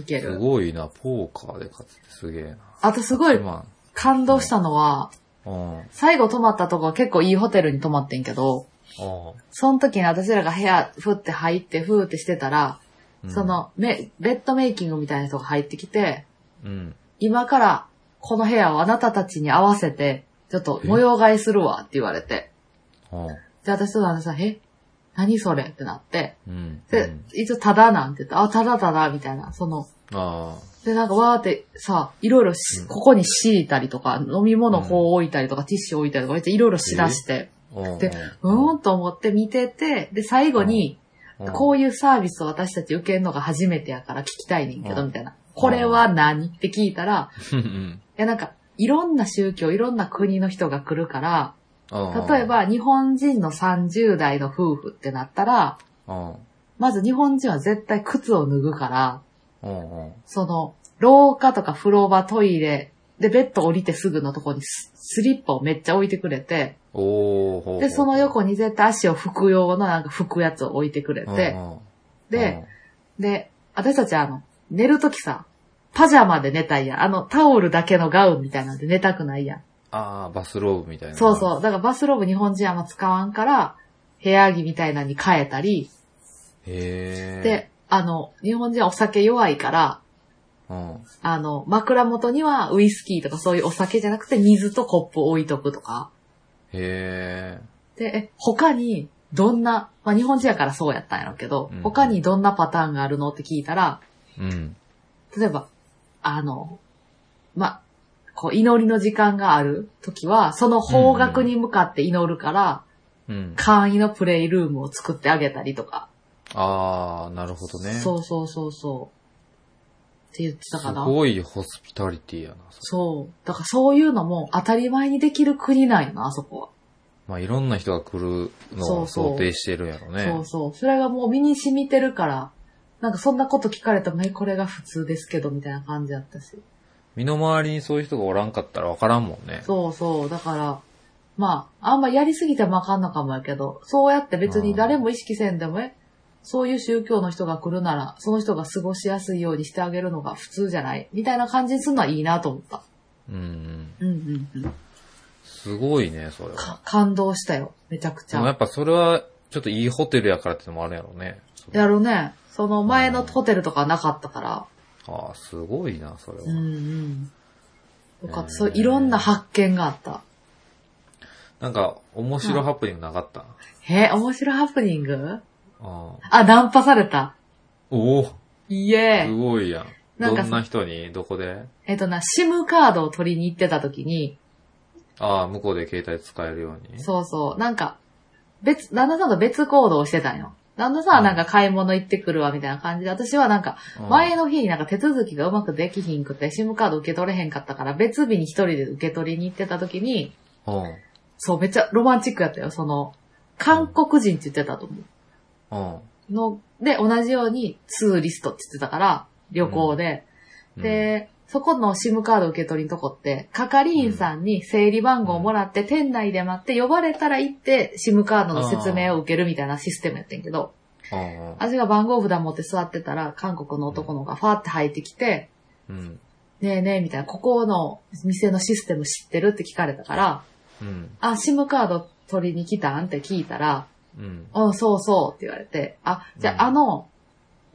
Speaker 2: ん。いけ
Speaker 1: す
Speaker 2: る。
Speaker 1: ごいな、ポーカーで勝つってすげえな。
Speaker 2: あとすごい
Speaker 1: ま
Speaker 2: 感動したのは、
Speaker 1: あ、うん、うん。
Speaker 2: 最後泊まったとこは結構いいホテルに泊まってんけど、その時に私らが部屋、ふって入って、ふーってしてたら、
Speaker 1: うん
Speaker 2: そ、の、めベッドメイキングみたいな人が入ってきて、
Speaker 1: うん。
Speaker 2: 今からこの部屋をあなたたちに合わせて、ちょっと模様替えするわって言われて。
Speaker 1: うん。
Speaker 2: で、私と旦那さん、え何それってなって。
Speaker 1: うん。う
Speaker 2: で、
Speaker 1: ん、
Speaker 2: 一応ただなんて言って、あ、ただただ、みたいな。その、
Speaker 1: あ
Speaker 2: で、なんかわーってさ、いろいろし、
Speaker 1: うん
Speaker 2: ここに敷いたりとか、飲み物こう置いたりとか、ティッシュ置いたりとか、めっちゃいろいろしだして、
Speaker 1: あ、うん。
Speaker 2: でうーんと思って見てて、で、最後に、
Speaker 1: うん、
Speaker 2: こういうサービスを私たち受けるのが初めてやから聞きたいねんけど、
Speaker 1: うん
Speaker 2: みたいな。これは何って聞いたら、い
Speaker 1: うんうん。
Speaker 2: やなんか、いろんな宗教、いろんな国の人が来るから、
Speaker 1: うん
Speaker 2: 例え、ば日本人の30代の夫婦ってなったら、
Speaker 1: うん。
Speaker 2: まず日本人は絶対靴を脱ぐから、
Speaker 1: うんうん。
Speaker 2: その、廊下とか風呂場、トイレ、で、ベッド降りてすぐのとこにススリッパをめっちゃ置いてくれて、
Speaker 1: おーほう。
Speaker 2: で、その横に絶対足を拭く用のなんか拭くやつを置いてくれ
Speaker 1: うんうん
Speaker 2: て、、で、で、私たちはあの、寝るときさ、パジャマで寝たいやん。あの、タオルだけのガウンみたいなんで寝たくないやん。
Speaker 1: ああ、バスローブみたいな。
Speaker 2: そうそう。だからバスローブ日本人はあんま使わんから、部屋着みたいなのに変えたり、
Speaker 1: へえ。、
Speaker 2: で、あの、日本人はお酒弱いから、
Speaker 1: うん。
Speaker 2: あの、枕元にはウイスキーとかそういうお酒じゃなくて水とコップを置いとくとか。
Speaker 1: へえ。
Speaker 2: で、え他にどんな、まあ日本人やからそうやったんやろうけど
Speaker 1: うん、
Speaker 2: 他にどんなパターンがあるのって聞いたら、
Speaker 1: うん。
Speaker 2: 例えば、あの、ま、こう、祈りの時間がある時は、その方角に向かって祈るから、
Speaker 1: うん。
Speaker 2: 簡易のプレイルームを作ってあげたりとか。
Speaker 1: ああ、なるほどね。
Speaker 2: そうそうそうそう。って言ってたかな
Speaker 1: す。ごいホスピタリティやな。それ
Speaker 2: そう。だからそういうのも当たり前にできる国なんよな、あそこは。
Speaker 1: まあ、いろんな人が来るの
Speaker 2: そう
Speaker 1: を
Speaker 2: そう
Speaker 1: 想定してるんやろね。
Speaker 2: そうそう。それがもう身に染みてるから、なんかそんなこと聞かれても、え、これが普通ですけど、みたいな感じだったし。
Speaker 1: 身の回りにそういう人がおらんかったらわからんもんね。
Speaker 2: そうそう。だから、まあ、あんまやりすぎてもあかんのかもやけど、そうやって別に誰も意識せんでもえ、そういう宗教の人が来るなら、その人が過ごしやすいようにしてあげるのが普通じゃないみたいな感じにするのはいいなと思った。
Speaker 1: うんうん。
Speaker 2: うんうんうん。
Speaker 1: すごいね、それは。
Speaker 2: か感動したよ。めちゃくち
Speaker 1: でもや
Speaker 2: ゃ。
Speaker 1: っぱそれは、ちょっといいホテルやからってのもあるやろね。
Speaker 2: やるね。その前のホテルとかなかったから。
Speaker 1: ああ、すごいな、それは。
Speaker 2: うんうん。よかった。そう、
Speaker 1: へー
Speaker 2: いろんな発見があった。
Speaker 1: なんか、面白ハプニングなかった、
Speaker 2: え、面白いハプニング
Speaker 1: ああ
Speaker 2: あ、ナンパされた。
Speaker 1: おお
Speaker 2: イエ
Speaker 1: す
Speaker 2: ーイ。
Speaker 1: ごいやん。
Speaker 2: なんか
Speaker 1: どんな人に、どこで
Speaker 2: えっとな、シムカードを取りに行ってた時に、
Speaker 1: ああ、向こうで携帯使えるように。
Speaker 2: そうそう。なんか、別、旦那さんと別行動をしてたんよ。旦那さんはなんか買い物行ってくるわみたいな感じで、私はなんか、
Speaker 1: うん
Speaker 2: 前の日になんか手続きがうまくできひんくて、シムカード受け取れへんかったから、別日に一人で受け取りに行ってた時に、
Speaker 1: うん。うん。
Speaker 2: そう、めっちゃロマンチックやったよ。その、韓国人って言ってたと思
Speaker 1: うん
Speaker 2: う。の、で、同じようにツーリストって言ってたから、旅行で。、で、そこの SIM カード受け取りのとこって、係員さんに整理番号をもらって、店内で待って、呼ばれたら行って、SIM カードの説明を受けるみたいなシステムやってんけど、
Speaker 1: うん。
Speaker 2: 私が番号札持って座ってたら、韓国の男の子がファーって入ってきて、
Speaker 1: うん。
Speaker 2: ねえねえみたいな、ここの店のシステム知ってるって聞かれたから、
Speaker 1: うん。
Speaker 2: あ、SIM カード取りに来たんって聞いたら、
Speaker 1: うん。
Speaker 2: うん、そうそうって言われて、あ、じゃあ、
Speaker 1: うん
Speaker 2: あの、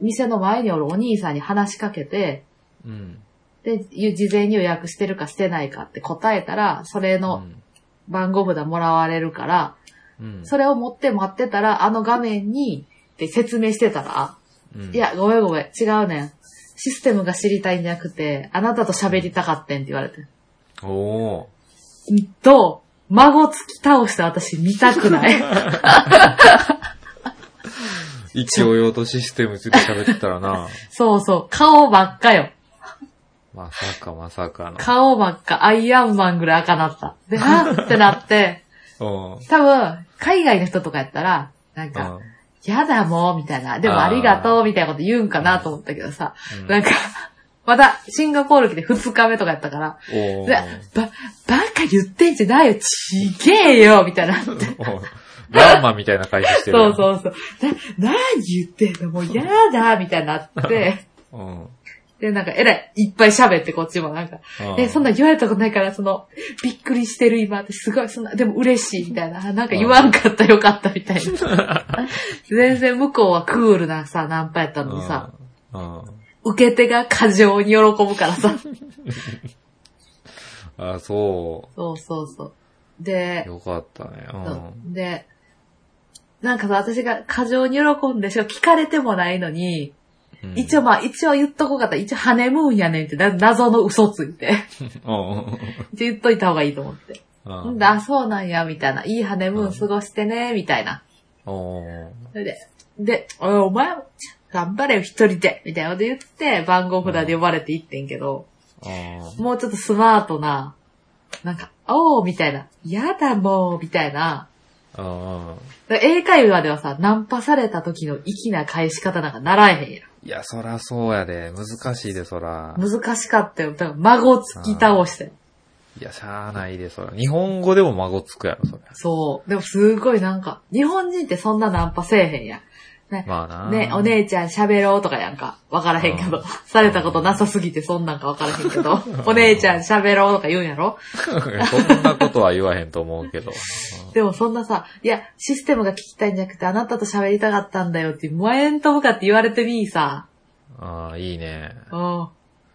Speaker 2: 店の前におるお兄さんに話しかけて、
Speaker 1: うん。
Speaker 2: で、ゆ事前に予約してるかしてないかって答えたら、それの番号札もらわれるから、
Speaker 1: うん。
Speaker 2: それを持って待ってたら、あの画面に、って説明してたら、
Speaker 1: うん。
Speaker 2: いや、ごめんごめん、違うねん。システムが知りたいんじゃなくて、あなたと喋りたかってんって言われて。
Speaker 1: おお
Speaker 2: うんと、孫突き倒した私見たくな い。
Speaker 1: ー。意気揚々とシステムついて喋ってたら な。
Speaker 2: そうそう、顔ばっかよ。
Speaker 1: まさかまさか
Speaker 2: 顔ばっか、アイアンマンぐらい赤なった。で、あーってなって、
Speaker 1: の。うん。
Speaker 2: 多分、海外の人とかやったら、なんか、やだもう、みたいな、でも
Speaker 1: あー
Speaker 2: ありがとう、みたいなこと言うんかなと思ったけどさ、
Speaker 1: うん
Speaker 2: なんか、また、シンガポール来て2日目とかやったから、
Speaker 1: おー
Speaker 2: でば、バカ言ってんじゃないよ、ちげえよ、みたいな。そ
Speaker 1: おーランマみたいな会社してるやん。
Speaker 2: うそうそう。な、何言ってんのもうやだ、みたいにな って、
Speaker 1: うん。うん。
Speaker 2: で、なんか、えらい、いっぱい喋って、こっちもなんか、え、そん
Speaker 1: な、
Speaker 2: なん言われたことないから、その、びっくりしてる今って、すごい、そんな、でも嬉しいみたいな、あなんか言わんかったよかったみたいな。 全然向こうはクールなさ、ナンパやったのにさ、
Speaker 1: うん。うん。
Speaker 2: 受け手が過剰に喜ぶからさ。
Speaker 1: あ、そ
Speaker 2: そうそうそう。
Speaker 1: う。
Speaker 2: で、
Speaker 1: よかったね。うん。
Speaker 2: で、なんかさ、私が過剰に喜んでしょ、聞かれてもないのに、
Speaker 1: うん
Speaker 2: 一応まあ、一応言っとこうかった。一応ハネムーンやねんって、な謎の嘘ついて。
Speaker 1: う
Speaker 2: 一応言っといた方がいいと思って。
Speaker 1: ん。うん
Speaker 2: ん。あ、そうなんや、みたいな。いいハネムーン過ごしてね、みたいな。
Speaker 1: おー
Speaker 2: それで、で、おいお前、頑張れよ、一人で、みたいなこと言って、番号札で呼ばれて行ってんけど、
Speaker 1: あ
Speaker 2: もうちょっとスマートな、なんか、おーみたいな、やだもう、みたいな。
Speaker 1: ーあ
Speaker 2: だから英会話ではさ、ナンパされた時の粋な返し方なんかならえへんやん。
Speaker 1: ー。いや、そらそうやで。難しいで、そら。
Speaker 2: 難しかったよ。だから孫突き倒して。
Speaker 1: いや、しゃあないで、そら。日本語でも孫つくやろ、それ。
Speaker 2: そう。でもすごいなんか、日本人ってそんなナンパせえへんやん。
Speaker 1: まあな。
Speaker 2: ね、お姉ちゃん喋ろうとかやんか。わからへんけ
Speaker 1: う
Speaker 2: ど。されたことなさすぎてそんなんかわからへんけど。 お姉ちゃん喋ろうとか言うんやろ
Speaker 1: そんなことは言わへんと思うけど。
Speaker 2: でもそんなさ、いや、システムが聞きたいんじゃなくて、あなたと喋りたかったんだよって、面と向かって言われてみいさ。
Speaker 1: ああ、いいね。
Speaker 2: うん。
Speaker 1: 聞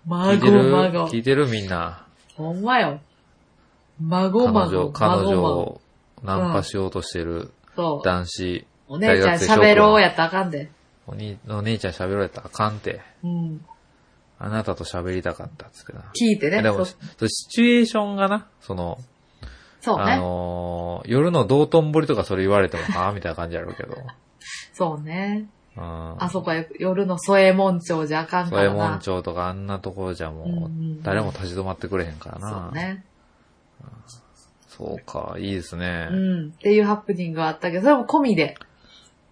Speaker 2: 孫
Speaker 1: いてる
Speaker 2: 孫
Speaker 1: 聞。いてるみんな。
Speaker 2: ほんまよ。孫
Speaker 1: 彼
Speaker 2: 孫。
Speaker 1: 女、彼女
Speaker 2: 孫孫。
Speaker 1: をナンパしようとしてる
Speaker 2: そう。
Speaker 1: 男子。
Speaker 2: お姉ちゃん
Speaker 1: 大学生諸君
Speaker 2: 喋ろうやったらあかんで。
Speaker 1: おにお姉ちゃん喋られたらあかんて。
Speaker 2: うん。
Speaker 1: あなたと喋りたかったっつってな。
Speaker 2: 聞いてね。
Speaker 1: でも、
Speaker 2: そ
Speaker 1: そそうシチュエーションがな、その、
Speaker 2: そう
Speaker 1: あ
Speaker 2: ね。
Speaker 1: のー夜の道頓堀とかそれ言われても、ああ、みたいな感じやろう けど。
Speaker 2: そうね。
Speaker 1: うん。
Speaker 2: あそこは夜の添右衛門町じゃあかん
Speaker 1: そ
Speaker 2: か
Speaker 1: ういう
Speaker 2: ら
Speaker 1: 門
Speaker 2: な。
Speaker 1: 町とかあんなところじゃも
Speaker 2: うんうんう
Speaker 1: う、
Speaker 2: ん
Speaker 1: 誰も立ち止まってくれへんからな。
Speaker 2: そうね。
Speaker 1: そうか、いいですね
Speaker 2: う。ん。っていうハプニングはあったけど、それも込みで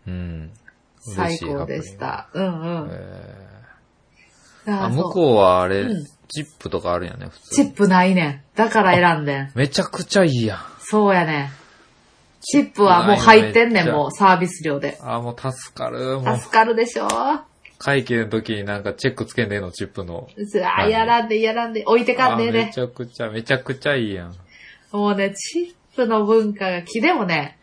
Speaker 1: うん。
Speaker 2: 最高でした。うんうん。
Speaker 1: 嬉しいハプニング。
Speaker 2: だ
Speaker 1: え
Speaker 2: から
Speaker 1: ーあ、
Speaker 2: そ
Speaker 1: 向
Speaker 2: う
Speaker 1: こうはあれ、
Speaker 2: うん
Speaker 1: チップとかあるんやね、普通。
Speaker 2: チップないねん。だから選んでん。
Speaker 1: めちゃくちゃいいやん。
Speaker 2: そうやねん。チップはもう入ってんねん、もうサービス料で。
Speaker 1: あー、もう助かる。もう、
Speaker 2: 助かるでしょ
Speaker 1: 会計の時になんかチェックつけんでええの、チップの。
Speaker 2: うつあ、やらんで、やらんで、置いてかんで
Speaker 1: あーめ
Speaker 2: ね。
Speaker 1: ちゃくちゃ、めちゃくちゃいいやん。
Speaker 2: もうね、チップの文化がき、でもね、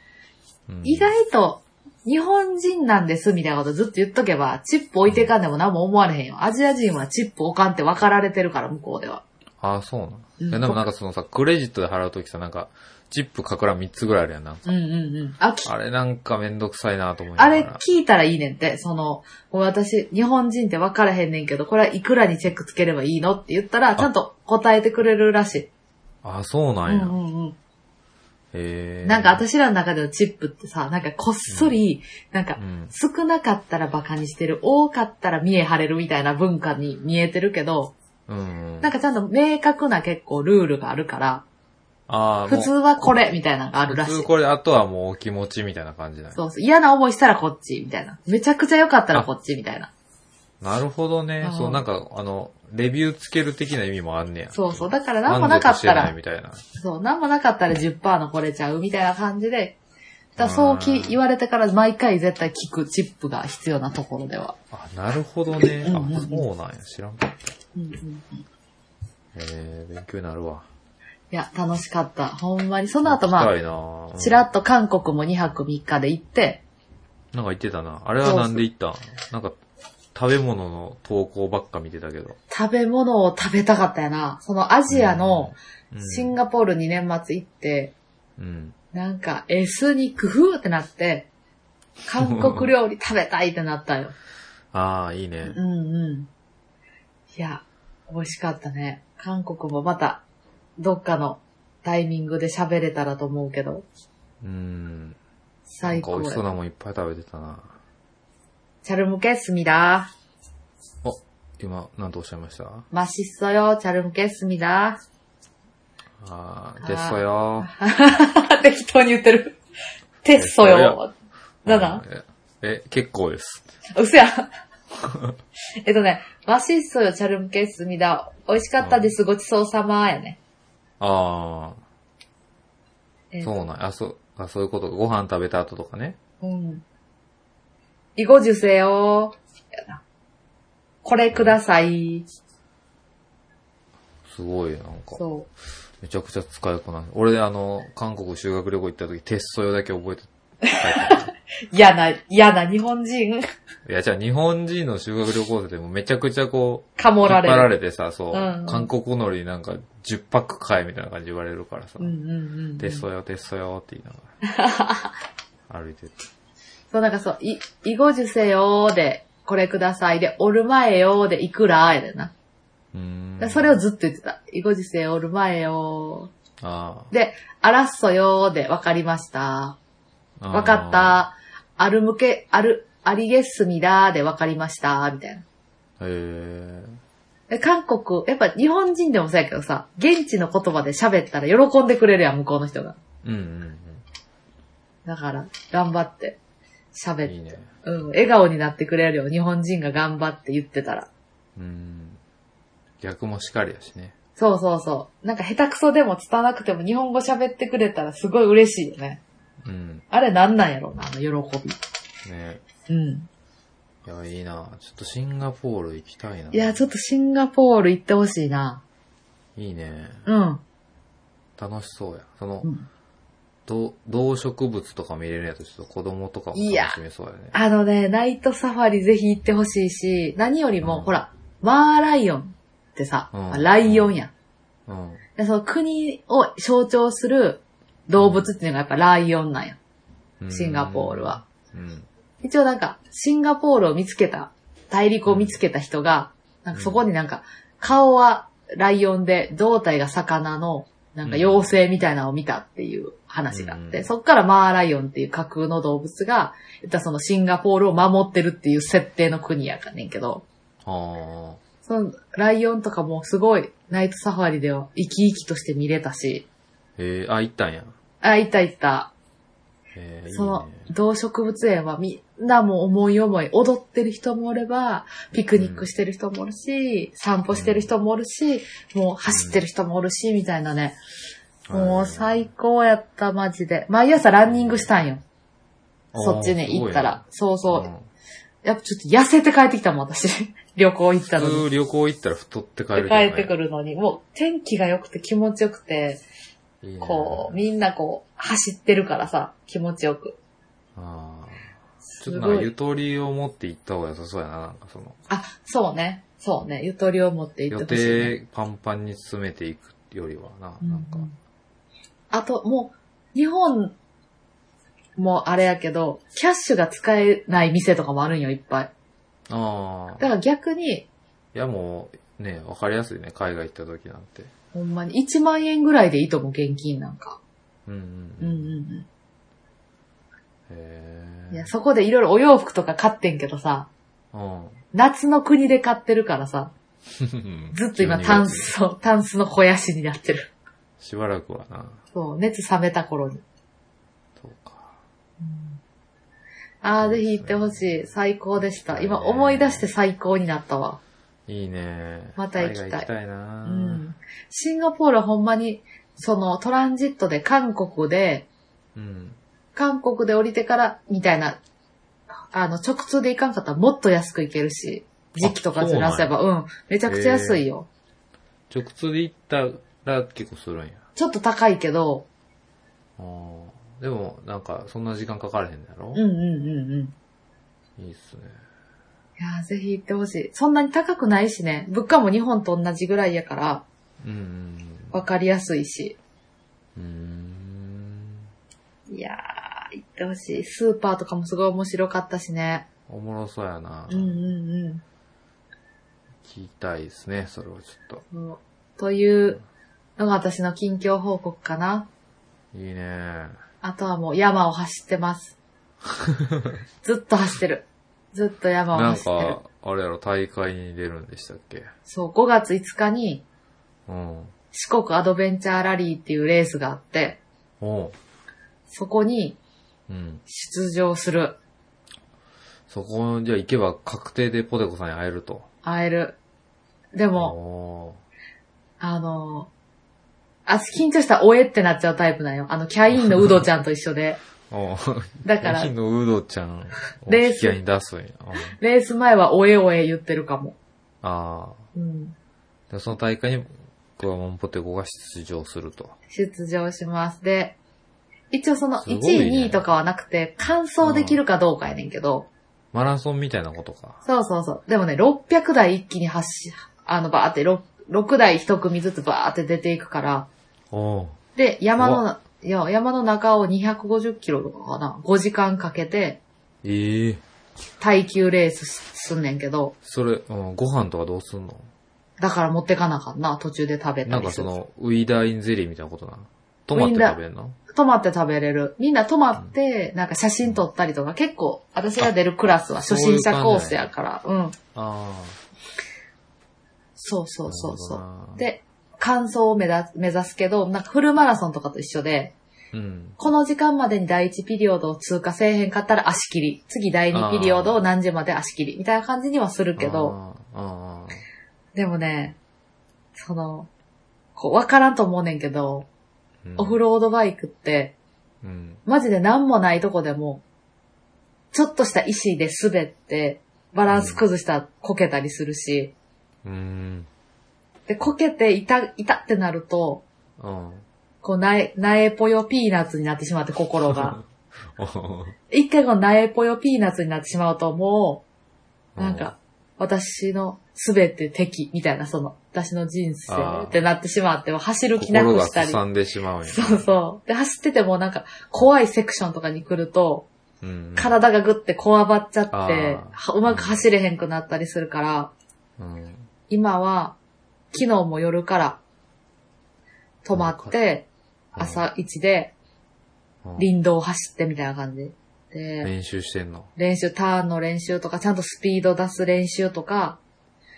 Speaker 1: うん
Speaker 2: 意外と、日本人なんですみたいなことずっと言っとけば、チップ置いてかんでも何も思われへんよ。アジア人はチップ置かんって分かられてるから、向こうでは。
Speaker 1: あああ、そうなの、
Speaker 2: うん
Speaker 1: いやでもなんかそのさ、クレジットで払うときさ、なんか、チップかくらん3つぐらいあるやんな。
Speaker 2: うんうんうん。あ、き
Speaker 1: あれなんかめんどくさいなと思いな
Speaker 2: あ
Speaker 1: がら。
Speaker 2: れ聞いたらいいねんって、その、もう私、日本人って分からへんねんけど、これはいくらにチェックつければいいのって言ったら、ちゃんと答えてくれるらしい。
Speaker 1: ああ、そうな
Speaker 2: うん
Speaker 1: や。
Speaker 2: んうん
Speaker 1: へ
Speaker 2: う
Speaker 1: え。
Speaker 2: ん。なんか、私らの中でのチップってさ、なんかこっそり、なんか
Speaker 1: う、ん。
Speaker 2: 少なかったらバカにしてる、多かったら見え張れるみたいな文化に見えてるけど、
Speaker 1: うん。
Speaker 2: なんかちゃんと明確な結構ルールがあるから、
Speaker 1: ああ、
Speaker 2: 普通はこれみたいなのがあ
Speaker 1: も
Speaker 2: る
Speaker 1: う
Speaker 2: ら
Speaker 1: 普
Speaker 2: しい
Speaker 1: 通。これ、あとはもうお気持ちみたいな感じだよ。
Speaker 2: そうそう。嫌な思いしたらこっち、みたいな。めちゃくちゃ良かったらこっち、みたいな。
Speaker 1: なるほどね
Speaker 2: う。ん
Speaker 1: そう、なんか、あの、レビューつける的な意味もあんねや。
Speaker 2: そうそう。だから何も
Speaker 1: 満
Speaker 2: なか
Speaker 1: 足
Speaker 2: っ
Speaker 1: して
Speaker 2: た
Speaker 1: ない
Speaker 2: ら、
Speaker 1: みたいな。
Speaker 2: そう、何もなかったら10%のこれちゃう、みたいな感じで、だからそう
Speaker 1: うん
Speaker 2: き言われてから毎回絶対聞くチップが必要なところでは。
Speaker 1: あ、なるほどね。あ、
Speaker 2: うんうんうん
Speaker 1: そうなんや。知らんかった。
Speaker 2: うんうん
Speaker 1: えー、勉強になるわ。
Speaker 2: いや、楽しかった。ほんまに。そ
Speaker 1: そ
Speaker 2: の後ま
Speaker 1: た
Speaker 2: あ、
Speaker 1: いな
Speaker 2: ちらっと韓国も2泊3日で行って、
Speaker 1: なんか言ってたな。あれはなんで言ったんなんか、食べ物の投稿ばっか見てたけど。
Speaker 2: 食べ物を食べたかったよな。そのアジアの
Speaker 1: うん、
Speaker 2: シンガポールに年末行って、
Speaker 1: うん。
Speaker 2: なんかエスニック風ってなって、韓国料理食べたいってなったよ。
Speaker 1: ああ、いいね。
Speaker 2: うんうん。いや、美味しかったね。韓国もまた、どっかのタイミングで喋れたらと思うけど、
Speaker 1: うん。なん
Speaker 2: 最
Speaker 1: か美
Speaker 2: 高
Speaker 1: 味しそう
Speaker 2: や。
Speaker 1: なもんいっぱい食べてたな。
Speaker 2: チャルムケッスミだ。
Speaker 1: お、今、なんとおっしゃいました
Speaker 2: マシッソよ、チャルムケッスミだ。
Speaker 1: ああ、テストよ。
Speaker 2: 適当に言ってる。 テッソよ。なんだ
Speaker 1: え、え結構です。
Speaker 2: 嘘や。 えっとね、マシッソよ、チャルムケッスミだ。美味しかったです、ごちそうさまやね。
Speaker 1: あ
Speaker 2: え
Speaker 1: あ、
Speaker 2: ー
Speaker 1: そうなんやあ、そう、あ、そういうことか。ご飯食べた後とかね。
Speaker 2: うん。いごじゅせよ。やなこれください。
Speaker 1: すごい、なんか。
Speaker 2: そう。
Speaker 1: めちゃくちゃ使いよくなる。俺、あの、韓国修学旅行行った時、テスト用だけ覚えて帰ってた。
Speaker 2: 嫌な、嫌な日本人、
Speaker 1: いや、じゃあ日本人の修学旅行生でもめちゃくちゃこう、
Speaker 2: かも
Speaker 1: 引っ張
Speaker 2: られる。
Speaker 1: られてさ、そう、
Speaker 2: うんうん
Speaker 1: 韓国のりなんか10パック買えみたいな感じで言われるからさ、
Speaker 2: うんうんうんうん。
Speaker 1: テス
Speaker 2: そ
Speaker 1: トよ、テストよって言いながら。歩いてって。
Speaker 2: う、なんかそう、い、いごじゅせよーで、これくださいで、おるまえよーで、いくらーやでな。
Speaker 1: うーん
Speaker 2: だからそれをずっと言ってた。いごじゅせおるまえよ
Speaker 1: あ
Speaker 2: ー。で、あらっそよーで、わかりました。
Speaker 1: あ。
Speaker 2: わかっ
Speaker 1: あ
Speaker 2: た。あるむけ、ある、ありげっすみだーで、わかりました。みたいな。
Speaker 1: ー。へえ。
Speaker 2: で韓国、やっぱ日本人でもそうやけどさ、現地の言葉で喋ったら喜んでくれるやん、向こうの人が。
Speaker 1: うんうん
Speaker 2: だから、頑張って、
Speaker 1: う
Speaker 2: 喋っ
Speaker 1: ん。いいね。
Speaker 2: うん、笑顔になってくれるよ。日本人が頑張って言ってたら。
Speaker 1: うん。逆もしかりやしね。
Speaker 2: そうそうそう。なんか下手くそでも拙なくても日本語喋ってくれたらすごい嬉しいよね。
Speaker 1: うん。
Speaker 2: あれなんなんやろうな、あの喜
Speaker 1: ね
Speaker 2: び。うん。
Speaker 1: いや、いいなちょっとシンガポール行きたいな。
Speaker 2: いや、ちょっとシンガポール行ってほしいな。
Speaker 1: いいね
Speaker 2: うん。
Speaker 1: 楽しそうや。その、
Speaker 2: うん
Speaker 1: ど動植物とか見れるやつ、ちょっと子供とかも楽しめそうやね。
Speaker 2: あのね、ナイトサファリぜひ行ってほしいし、何よりも、
Speaker 1: うん
Speaker 2: ほら、マーライオンってさ、
Speaker 1: うん
Speaker 2: まあライオンやん。
Speaker 1: うん。
Speaker 2: でその国を象徴する動物っていうのがやっぱライオンなんや。
Speaker 1: うん
Speaker 2: シンガポールは。。
Speaker 1: うん。
Speaker 2: 一応なんか、シンガポールを見つけた、大陸を見つけた人が、なんかそこになんか、顔はライオンで、胴体が魚の、なんか妖精みたいなのを見たっていう話があって、
Speaker 1: うん
Speaker 2: そっからマーライオンっていう架空の動物が、言ったらそのシンガポールを守ってるっていう設定の国やかんねんけど、
Speaker 1: あ
Speaker 2: そのライオンとかもすごいナイトサファリでは生き生きとして見れたし、
Speaker 1: ーえー、あ、行ったんや。
Speaker 2: あ、いたいた。
Speaker 1: えー、いいね。
Speaker 2: その動植物園はみんなもう思い思い踊ってる人もおれば、ピクニックしてる人もおるし、散歩してる人もおるし、もう走ってる人もおるし、みたいなね。もう最高やった、マジで。毎朝ランニングしたんよ。
Speaker 1: あー
Speaker 2: そっちね、
Speaker 1: すご
Speaker 2: 行
Speaker 1: い
Speaker 2: っ
Speaker 1: ね
Speaker 2: たら。そう
Speaker 1: うん、
Speaker 2: そう。やっぱちょっと痩せて帰ってきたもん、私。 旅行行ったの
Speaker 1: 普
Speaker 2: に。
Speaker 1: 通旅行行ったら太って帰
Speaker 2: 帰
Speaker 1: るけどね、
Speaker 2: ってくるのに、もう天気が良くて気持ちよくて、
Speaker 1: いいね
Speaker 2: こう、みんなこう、走ってるからさ、気持ちよく。
Speaker 1: あーち
Speaker 2: す
Speaker 1: ょっとなん
Speaker 2: ご
Speaker 1: か
Speaker 2: い
Speaker 1: ゆとりを持って行った方が良さそうやな、なんかその。
Speaker 2: あ、そうね。そうね、ゆとりを持って行っ
Speaker 1: 予
Speaker 2: てほしいね、
Speaker 1: 定パンパンに詰めていくよりはな、なんか
Speaker 2: う。んあと、もう、日本もあれやけど、キャッシュが使えない店とかもあるんよ、いっぱい。
Speaker 1: ああ。
Speaker 2: だから逆に、
Speaker 1: いやもう、ね、わかりやすいね、海外行った時なんて。
Speaker 2: ほんまに1万円ぐらいでいいと思う、現金なんか。
Speaker 1: うん
Speaker 2: う
Speaker 1: うんん
Speaker 2: う
Speaker 1: うん。
Speaker 2: ん
Speaker 1: へ
Speaker 2: う
Speaker 1: え。
Speaker 2: ん。いや、そこでいろいろお洋服とか買ってんけどさ、夏の国で買ってるからさ、
Speaker 1: うん。
Speaker 2: ずっと今
Speaker 1: 12
Speaker 2: タン
Speaker 1: 月
Speaker 2: スを、タンスの肥やしになってる。
Speaker 1: しばらくはな、
Speaker 2: そう、熱冷めた頃に。
Speaker 1: そうか。
Speaker 2: ああ、ぜひ行ってほしい。最高でした。今思い出して最高になったわ。
Speaker 1: いいね。
Speaker 2: また行きた
Speaker 1: 海
Speaker 2: い
Speaker 1: 外行きたいな、
Speaker 2: うん。シンガポールはほんまに、そのトランジットで韓国で、
Speaker 1: うん。
Speaker 2: 韓国で降りてから、みたいな、あの、直通で行かんかったらもっと安く行けるし、時期とかずらせば、うん、めちゃくちゃ安いよ。
Speaker 1: 直通で行ったら結構するんや。
Speaker 2: ちょっと高いけど、
Speaker 1: あーでも、なんか、そんな時間かからへんのやろ
Speaker 2: うん、うんうんうん。
Speaker 1: いいっすね。
Speaker 2: いやーぜひ行ってほしい。そんなに高くないしね、物価も日本と同じぐらいやから、
Speaker 1: うん
Speaker 2: わかりやすいし。
Speaker 1: うんうん。うーん。
Speaker 2: いやー、行ってほしい。スーパーとかもすごい面白かったしね。
Speaker 1: おもろそうやな。
Speaker 2: うんうんうん。
Speaker 1: 聞きたいですね、それはちょっ
Speaker 2: そうというのが私の近況報告かな。
Speaker 1: と。いいね。
Speaker 2: あとはもう山を走って ます。ずっと走ってる。ずっと山を
Speaker 1: なん
Speaker 2: 走ってる
Speaker 1: か。、あれやろ、大会に出るんでしたっけ
Speaker 2: そう、5月5日に
Speaker 1: うん。
Speaker 2: 四国アドベンチャーラリーっていうレースがあって、
Speaker 1: おう。
Speaker 2: そこに
Speaker 1: うん。
Speaker 2: 出場する。
Speaker 1: そこ、じゃあ行けば確定でポテコさんに会えると。
Speaker 2: 会える。でも、
Speaker 1: お
Speaker 2: あのあ、緊張したらおえってなっちゃうタイプなんよ。あの、キャインのウドちゃんと一緒で。
Speaker 1: ーおう。
Speaker 2: だ か
Speaker 1: 駅
Speaker 2: ら、
Speaker 1: のウドちゃんを
Speaker 2: レー
Speaker 1: 引
Speaker 2: ス
Speaker 1: き合いに出すんや。うん
Speaker 2: レース前はおえおえ言ってるかも。
Speaker 1: あ
Speaker 2: うん。
Speaker 1: あ。で、その大会に、クワモンポテコが出場すると。
Speaker 2: 出場します。で、一応その
Speaker 1: す
Speaker 2: 1
Speaker 1: ごい
Speaker 2: 位、
Speaker 1: ね
Speaker 2: 2位とかはなくて、完走できるかどうかやねんけど、
Speaker 1: マラソンみたいなことか。
Speaker 2: そうそうそう。でもね、600台一気に走、あの、バーって6、6台1組ずつバーって出ていくから、
Speaker 1: おう。
Speaker 2: で、山
Speaker 1: う
Speaker 2: の、いや、山の中を250キロとかかな、5時間かけて、
Speaker 1: ええ
Speaker 2: 耐久レースしすんねんけど、
Speaker 1: それ、うん、ご飯とかどうすんの
Speaker 2: だから持ってかなあかんな、途中で食べ
Speaker 1: な
Speaker 2: た
Speaker 1: ん
Speaker 2: り
Speaker 1: か
Speaker 2: す
Speaker 1: そ
Speaker 2: る。
Speaker 1: の、ウィダーインゼリーみたいなことなのトマって食べんの
Speaker 2: 泊まって食べれる。みんな泊まって、なんか写真撮ったりとか、結構、私が出るクラスは初心者コースやから、うん。
Speaker 1: ああ。
Speaker 2: そうそうそうそう。
Speaker 1: う
Speaker 2: で、完走を目指目指すけど、なんかフルマラソンとかと一緒で、
Speaker 1: うん。
Speaker 2: この時間までに第1ピリオドを通過せえへんかったら足切り。次第2ピリオドを何時まで足切り。みたいな感じにはするけど、
Speaker 1: あー。あ
Speaker 2: でもね、その、こう、わからんと思うねんけど、
Speaker 1: ーうん
Speaker 2: オフロードバイクって、
Speaker 1: うん。
Speaker 2: マジで何もないとこでも、ちょっとした石で滑って、バランス崩したらこけたりするし、
Speaker 1: うん。
Speaker 2: で、こけて痛、痛ってなると、
Speaker 1: うん。
Speaker 2: こう、なえ、なえぽよピーナッツになってしまって、心が。
Speaker 1: お
Speaker 2: 一回こう、なえぽよピーナッツになってしまうと、もう、
Speaker 1: ー
Speaker 2: なんか、、私のすべて敵みたいな、その、私の人生ってなってしまって、走る気な
Speaker 1: 心
Speaker 2: く
Speaker 1: が
Speaker 2: したり
Speaker 1: す。さんでしまうんや。
Speaker 2: そうそう。で、走っててもなんか、怖いセクションとかに来ると、
Speaker 1: うん。
Speaker 2: 体がぐってこわばっちゃって、
Speaker 1: あー
Speaker 2: はうまく走れへんくなったりするから、
Speaker 1: うん。
Speaker 2: 今は、昨日も夜から、泊まって、朝1で、
Speaker 1: うん、
Speaker 2: 林道を走ってみたいな感じ。で、
Speaker 1: 練習してんの。
Speaker 2: 練習、ターンの練習とか、ちゃんとスピード出す練習とか、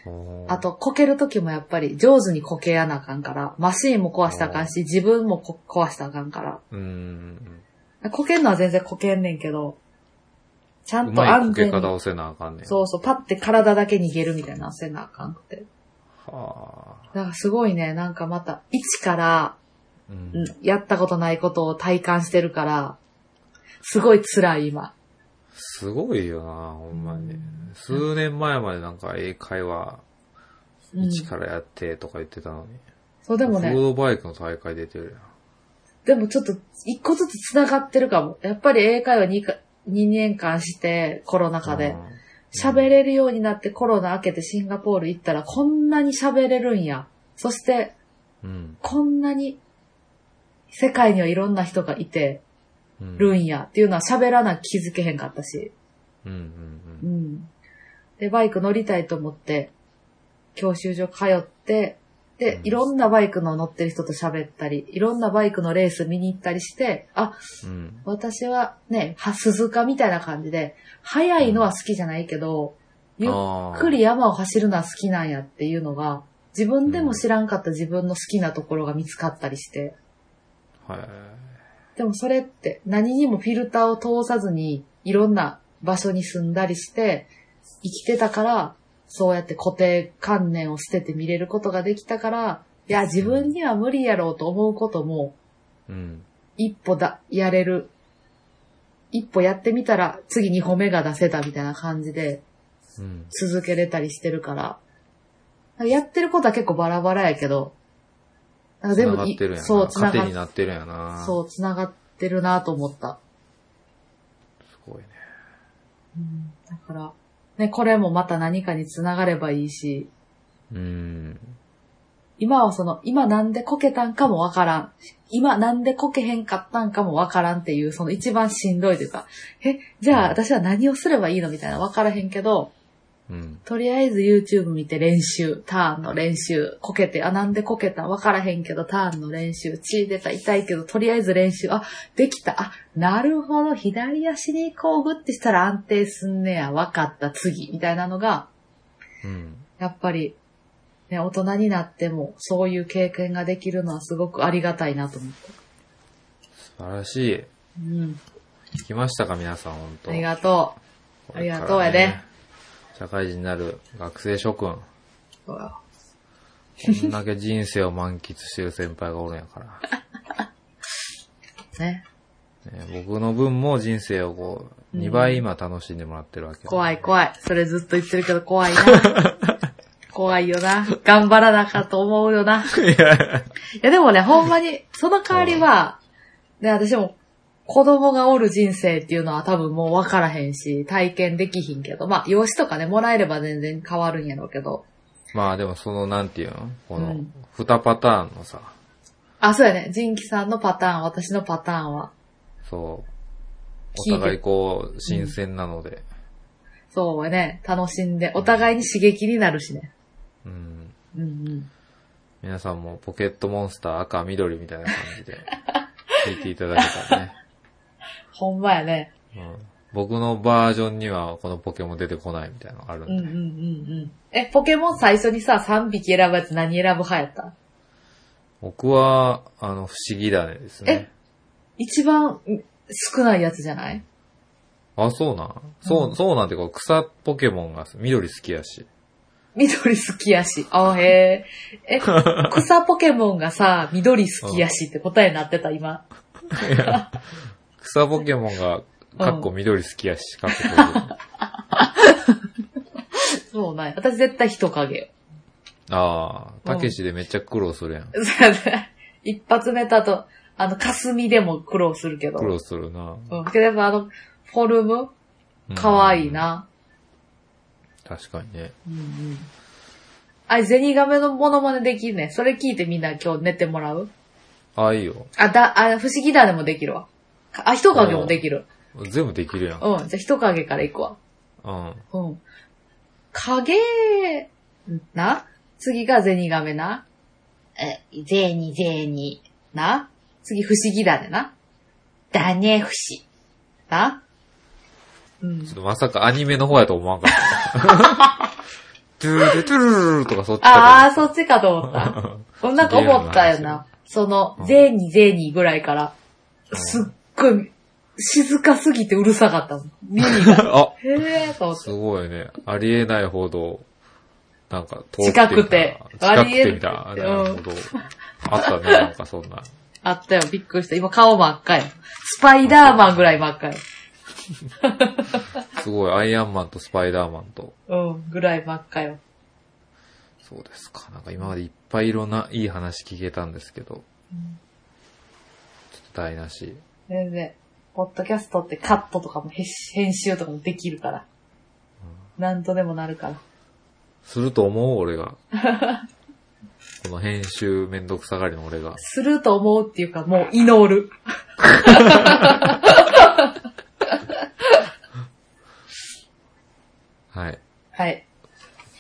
Speaker 1: おー
Speaker 2: あと、、こけるときもやっぱり上手にこけやなあかんから、マシーンも壊したらあかんし、自分もこ壊したらあかんか
Speaker 1: うん。
Speaker 2: ら。こけんのは全然こけんねんけど、ちゃ
Speaker 1: うん
Speaker 2: と
Speaker 1: まい
Speaker 2: 安
Speaker 1: こけ
Speaker 2: 全
Speaker 1: 方
Speaker 2: に、
Speaker 1: をせなあかんねん。
Speaker 2: そうそう、パッて体だけ逃げるみたいなのせなあかんくて。
Speaker 1: はあ。
Speaker 2: だからすごいね、なんかまた、一から、
Speaker 1: うん
Speaker 2: うんやったことないことを体感してるから、すごい辛い今。
Speaker 1: すごいよな、ほんま
Speaker 2: う
Speaker 1: に
Speaker 2: ん。
Speaker 1: 数年前までなんか英会話、
Speaker 2: うん。
Speaker 1: 一からやってとか言ってたのに。
Speaker 2: そうでも
Speaker 1: フ
Speaker 2: ね
Speaker 1: ー、ドバイクの大会出てる
Speaker 2: でもちょっと、一個ずつ繋がってるかも。やっぱり英会話 2, か2年間して、コロナ
Speaker 1: や
Speaker 2: 禍
Speaker 1: ん。
Speaker 2: で。喋れるようになってコロナ明けてシンガポール行ったらこんなに喋れるんや。そして
Speaker 1: うん。
Speaker 2: こんなに世界にはいろんな人がいて
Speaker 1: うん。
Speaker 2: るんやっていうのは喋らな気づけへんかったし。
Speaker 1: うんうん
Speaker 2: う。
Speaker 1: うん
Speaker 2: で、バイク乗りたいと思って、教習所通って、で
Speaker 1: う、ん
Speaker 2: いろんなバイクの乗ってる人と喋ったり、いろんなバイクのレース見に行ったりして、あ、
Speaker 1: ん。うん。
Speaker 2: 私はね、は、鈴鹿みたいな感じで、速いのは好きじゃないけど、ゆっ
Speaker 1: ゆ
Speaker 2: く。り山を走るのは好きなんやっていうのが、自分でも知らんかった自分の好きなところが見つかったりして、
Speaker 1: はい。
Speaker 2: でもそれって何にもフィルターを通さずにいろんな場所に住んだりして生きてたからそうやって固定観念を捨てて見れることができたからいや自分には無理やろうと思うことも
Speaker 1: うん。
Speaker 2: 一歩だ、やれる。一歩やってみたら次二歩目が出せたみたいな感じで
Speaker 1: うん。
Speaker 2: 続けれたりしてるから。やってることは結構バラバラやけど、なんか
Speaker 1: 繋
Speaker 2: い
Speaker 1: がってるやな。
Speaker 2: そう、つな
Speaker 1: 糧
Speaker 2: が
Speaker 1: になってるやな。
Speaker 2: そう、つながってるなと思った。
Speaker 1: すごいね。
Speaker 2: うんだから、ね、これもまた何かにつながればいいし、
Speaker 1: うん。
Speaker 2: 今はその、今なんでこけたんかもわからん。今なんでこけへんかったんかもわからんっていう、その一番しんどいというか、え、じゃあ私は何をすればいいのみたいなわからへんけど、
Speaker 1: うん。
Speaker 2: とりあえず YouTube 見て練習、ターンの練習、こけて、あ、なんでこけたわからへんけど、ターンの練習、血出た、痛いけど、とりあえず練習、あ、できた、あ、なるほど、左足にこうグってしたら安定すんねや、わかった、次、みたいなのが、
Speaker 1: うん。
Speaker 2: やっぱり、ね、大人になっても、そういう経験ができるのはすごくありがたいなと思った。
Speaker 1: 素晴らしい。
Speaker 2: うん。
Speaker 1: 聞きましたか、皆さん、本当
Speaker 2: ありがと
Speaker 1: これから
Speaker 2: ありがとうやで。
Speaker 1: 社会人になる学生諸君。
Speaker 2: う。そうよ
Speaker 1: こんだけ人生を満喫してる先輩がおるんや から。ね
Speaker 2: ね。
Speaker 1: 僕の分も人生をこう、
Speaker 2: うん
Speaker 1: 2倍今楽しんでもらってるわけ、
Speaker 2: 怖い
Speaker 1: い。
Speaker 2: 怖い。それずっと言ってるけど怖い な。怖いよな。頑張らなかと思うよ な。いやでもね、ほんまに、その代わりは、ね、私も、子供がおる人生っていうのは多分もう分からへんし、体験できひんけど、まあ、養子とかね、もらえれば全然変わるんやろうけど。
Speaker 1: まあでもその、なんていうのこ
Speaker 2: う
Speaker 1: の
Speaker 2: ん、
Speaker 1: 2パターンのさ、
Speaker 2: あ、そうやね。ジンキさんのパターン、私のパターンは、
Speaker 1: そう、
Speaker 2: 聞いて
Speaker 1: お互いこう、新鮮なので、
Speaker 2: そうやね。楽しんで、お互いに刺激になるしね。
Speaker 1: うん。
Speaker 2: うんうん。
Speaker 1: 皆さんもポケットモンスター赤緑みたいな感じ で、聞いていただけたらね。
Speaker 2: ほんまやね。
Speaker 1: うん僕のバージョンにはこのポケモン出てこないみたいなのがあるん
Speaker 2: う
Speaker 1: で
Speaker 2: んう。んうんうん。え、ポケモン最初にさ、3匹選ぶやつ何選ぶ派やった
Speaker 1: 僕は、あの、不思議だねですね。
Speaker 2: 一番ん少ないやつじゃない
Speaker 1: あ、そうなんそう、
Speaker 2: うん
Speaker 1: そうなんていうか、草ポケモンが緑好きやし。
Speaker 2: 緑好きやし。あへえ。 え、草ポケモンがさ、緑好きやしって答えになってた、今。
Speaker 1: いや草ポケモンが、かっこ緑好きやし、かっここ
Speaker 2: そうない。私絶対人影よ。
Speaker 1: うああ、たけしでめっちゃ苦労するやん。
Speaker 2: そうやね一発目とあと、あの、霞でも苦労するけど。
Speaker 1: 苦労するな。
Speaker 2: うん。けどやっぱあの、フォルム可愛いな。
Speaker 1: うん。確かにね。
Speaker 2: うんうん。あ、ゼニガメのモノマネできんね。それ聞いてみんな今日寝てもらう
Speaker 1: ああ、いいよ。
Speaker 2: あ、だ、あ、不思議だでもできるわ。かあ、人影もできる。
Speaker 1: 全部できるやん。うん。
Speaker 2: うん。じゃあ人影から行くわ。
Speaker 1: あ
Speaker 2: うん。影、な次がゼニガメな。え、ゼニゼニ。な次不思議だでな。だね不思。なうん
Speaker 1: ちょっ。とまさかアニメの方やと思わんかった。トゥルルトゥルルルとかそっちだ
Speaker 2: あー、そっちかと思った。
Speaker 1: と
Speaker 2: う
Speaker 1: 思
Speaker 2: ん
Speaker 1: う
Speaker 2: なんか思ったよ
Speaker 1: ゲームの話
Speaker 2: な。その
Speaker 1: う、ん
Speaker 2: ゼニゼニぐらいから、
Speaker 1: うん
Speaker 2: すっごい、静かすぎてうるさかったもん。耳が。
Speaker 1: あ、
Speaker 2: へえーと思って
Speaker 1: すごいね。ありえないほど、なんか遠
Speaker 2: 近くて
Speaker 1: みたいな
Speaker 2: あり
Speaker 1: 近く
Speaker 2: え
Speaker 1: てみたいな。
Speaker 2: う
Speaker 1: なんるほど。あったね、なんかそんな。
Speaker 2: あったよ、びっくりした。今顔真っ赤よ。スパイダーマンぐらい真っ赤よ。
Speaker 1: すごい、アイアンマンとスパイダーマンと。
Speaker 2: うん、ぐらい真っ赤よ。
Speaker 1: そうですか。なんか今までいっぱいいろんないい話聞けたんですけど。ちょっと台無し。
Speaker 2: 全然。ポッドキャストってカットとかも編集編集とかもできるから。なんとでもなるから。
Speaker 1: すると思う俺が。 この編集めんどくさがりの俺が。
Speaker 2: すると思うっていうか、もう祈る。
Speaker 1: はい。
Speaker 2: はい。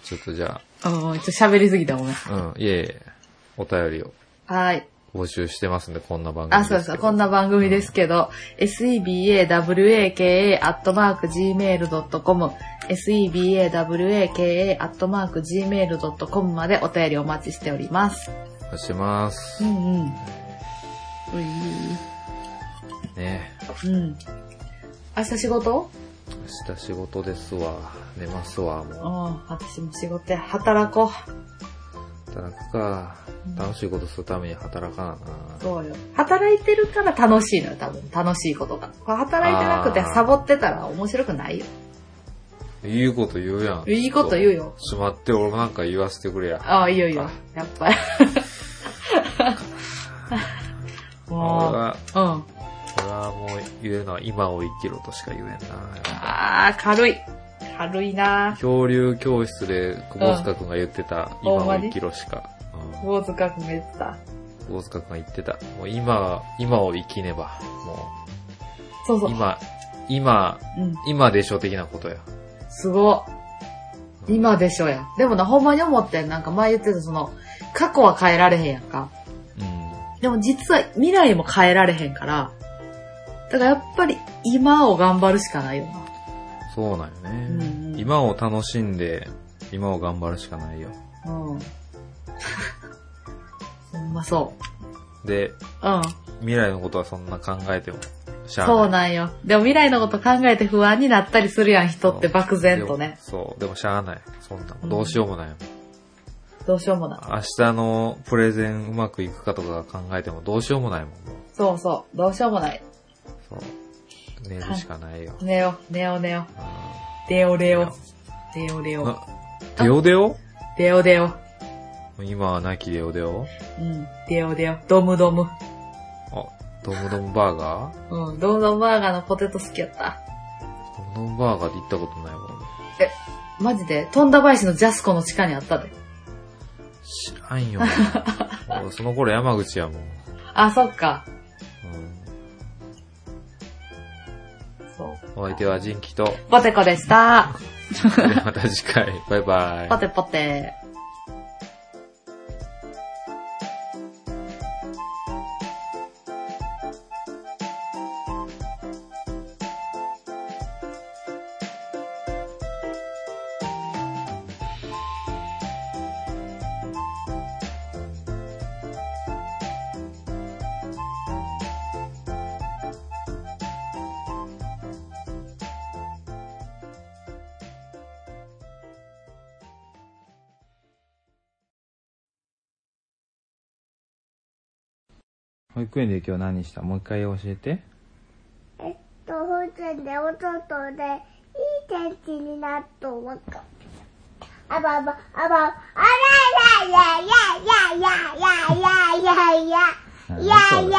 Speaker 1: ちょっとじゃ
Speaker 2: うん、ちょっと喋りすぎたごめん。
Speaker 1: あ、うん、いえいえ、お便りを
Speaker 2: はい。
Speaker 1: 募集してますんで、こんな番組
Speaker 2: あ、そうそう、こんな番組ですけど、sebawaka.gmail.com、sebawaka.gmail.com までお便りお待ちしております。
Speaker 1: 組。お願いします
Speaker 2: う。んうん。うい
Speaker 1: ね
Speaker 2: うん。明日仕事
Speaker 1: 明日仕事ですわ。寝ますわ、
Speaker 2: う
Speaker 1: も
Speaker 2: ん、私も仕事や。働こ
Speaker 1: う。働くか。楽しいことするために働か
Speaker 2: う。そうよ。働いてるから楽しいのよ、多分。楽しいことが。これ働いてなくて
Speaker 1: あー
Speaker 2: サボってたら面白くないよ。
Speaker 1: な。いいこと言うやん。
Speaker 2: いいこと言うよ。
Speaker 1: しまって、俺もなんか言わせてくれや。
Speaker 2: ああ、いいよいいよ。やっぱり。
Speaker 1: 俺
Speaker 2: も
Speaker 1: は、
Speaker 2: う、うん。
Speaker 1: 俺はもう言うのは今を生きろとしか言えんな。
Speaker 2: ああ、軽い。軽いな
Speaker 1: 恐竜教室で窪塚くんが言ってた、
Speaker 2: うん
Speaker 1: 今を生きろしか。うん
Speaker 2: 坊主かくめてた。
Speaker 1: 窪塚くんが言ってた。もう今、今を生きねば。も、
Speaker 2: そうそうう。
Speaker 1: 今、今、
Speaker 2: うん。
Speaker 1: 今でしょ的なことや。
Speaker 2: すごい。今でしょや。でもな、ほんまに思ってんなんか前言ってたその、過去は変えられへんやんか。
Speaker 1: うん。
Speaker 2: でも実は未来も変えられへんから、だからやっぱり今を頑張るしかないよな。
Speaker 1: そうなんよね、
Speaker 2: うんうん
Speaker 1: 今を楽しんで、今を頑張るしかないよ。
Speaker 2: うん。 ほんまそ
Speaker 1: で、
Speaker 2: う。うん。
Speaker 1: 未来のことはそんな考えても、しゃあない。
Speaker 2: そうなんよ。でも未来のこと考えて不安になったりするやん、人って漠然とね。
Speaker 1: そう、でもしゃあない。そんなもんどうしようもないもん、
Speaker 2: どうしようもない。
Speaker 1: 明日のプレゼンうまくいくかとか考えてもどうしようもないもん。もう
Speaker 2: そうそう。どうしようもない。
Speaker 1: そう。寝るしかないよ。
Speaker 2: 寝よう、寝よう、寝よう。
Speaker 1: う
Speaker 2: レオレオ
Speaker 1: ん。。
Speaker 2: レオレオ。
Speaker 1: あデオデオ
Speaker 2: レオレオ。
Speaker 1: 今はなきデオデオ
Speaker 2: うん。レオレオ。ドムドム。
Speaker 1: あ、ドムドムバーガー
Speaker 2: うん。ドムドムバーガーのポテト好きやった。
Speaker 1: ドムドムバーガーって行ったことないもん。
Speaker 2: マジで、富田林のジャスコの地下にあったで。
Speaker 1: 知らん よ。俺その頃山口やもん。
Speaker 2: あ、そっか。
Speaker 1: うん
Speaker 2: そう。
Speaker 1: お相手はジンキと、
Speaker 2: ポテコでした。
Speaker 1: また次回、バイバイ
Speaker 2: ポ。テポテ。
Speaker 3: 保育園で今日何したもう一回教えて。
Speaker 4: えっと、保育園でおととで、いい天気になったわか。あばあば、あば、あらややややややややや。やややややや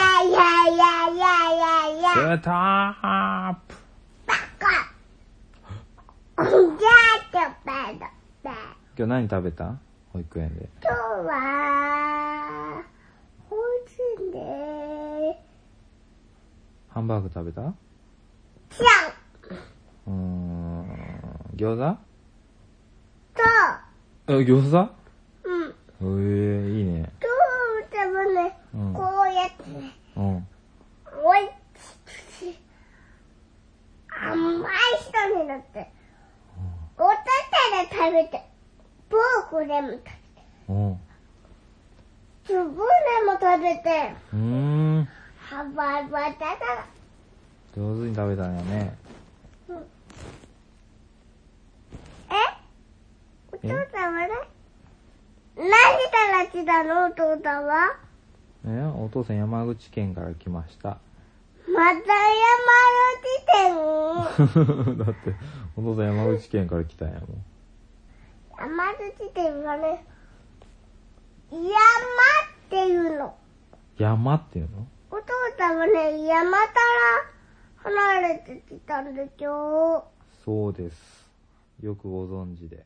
Speaker 3: シ
Speaker 4: や。
Speaker 3: ュートアップ
Speaker 4: か。じゃあ、ちょっと待って。
Speaker 3: 今日何食べた保育園で。
Speaker 4: 今日は、保育園で、
Speaker 3: ハンバーグ食べたう
Speaker 4: ちゃ
Speaker 3: ー
Speaker 4: ん
Speaker 3: ん。餃子
Speaker 4: と、
Speaker 3: え、餃子
Speaker 4: うん、
Speaker 3: えー、いいね。
Speaker 4: と、でもね、
Speaker 3: うん。
Speaker 4: こうやってね、
Speaker 3: うん。
Speaker 4: おいしい。甘い人になって。おたたで食べて、ポークでも食べて、
Speaker 3: うん。
Speaker 4: つぶでも食べて、
Speaker 3: うーん。
Speaker 4: はばばたた。
Speaker 3: 上手に食べたんやね。
Speaker 4: えお父さんはね何から来たのお父さんは
Speaker 3: え、お父さん山口県から来ました。
Speaker 4: また山
Speaker 3: だって、お父さん山口県から来たんやもん。
Speaker 4: 口店。山口店はね、山っていうの。
Speaker 3: 山っていうの
Speaker 4: お父さんはね、山から離れてきたんでしょ
Speaker 3: そうです。よくご存知で。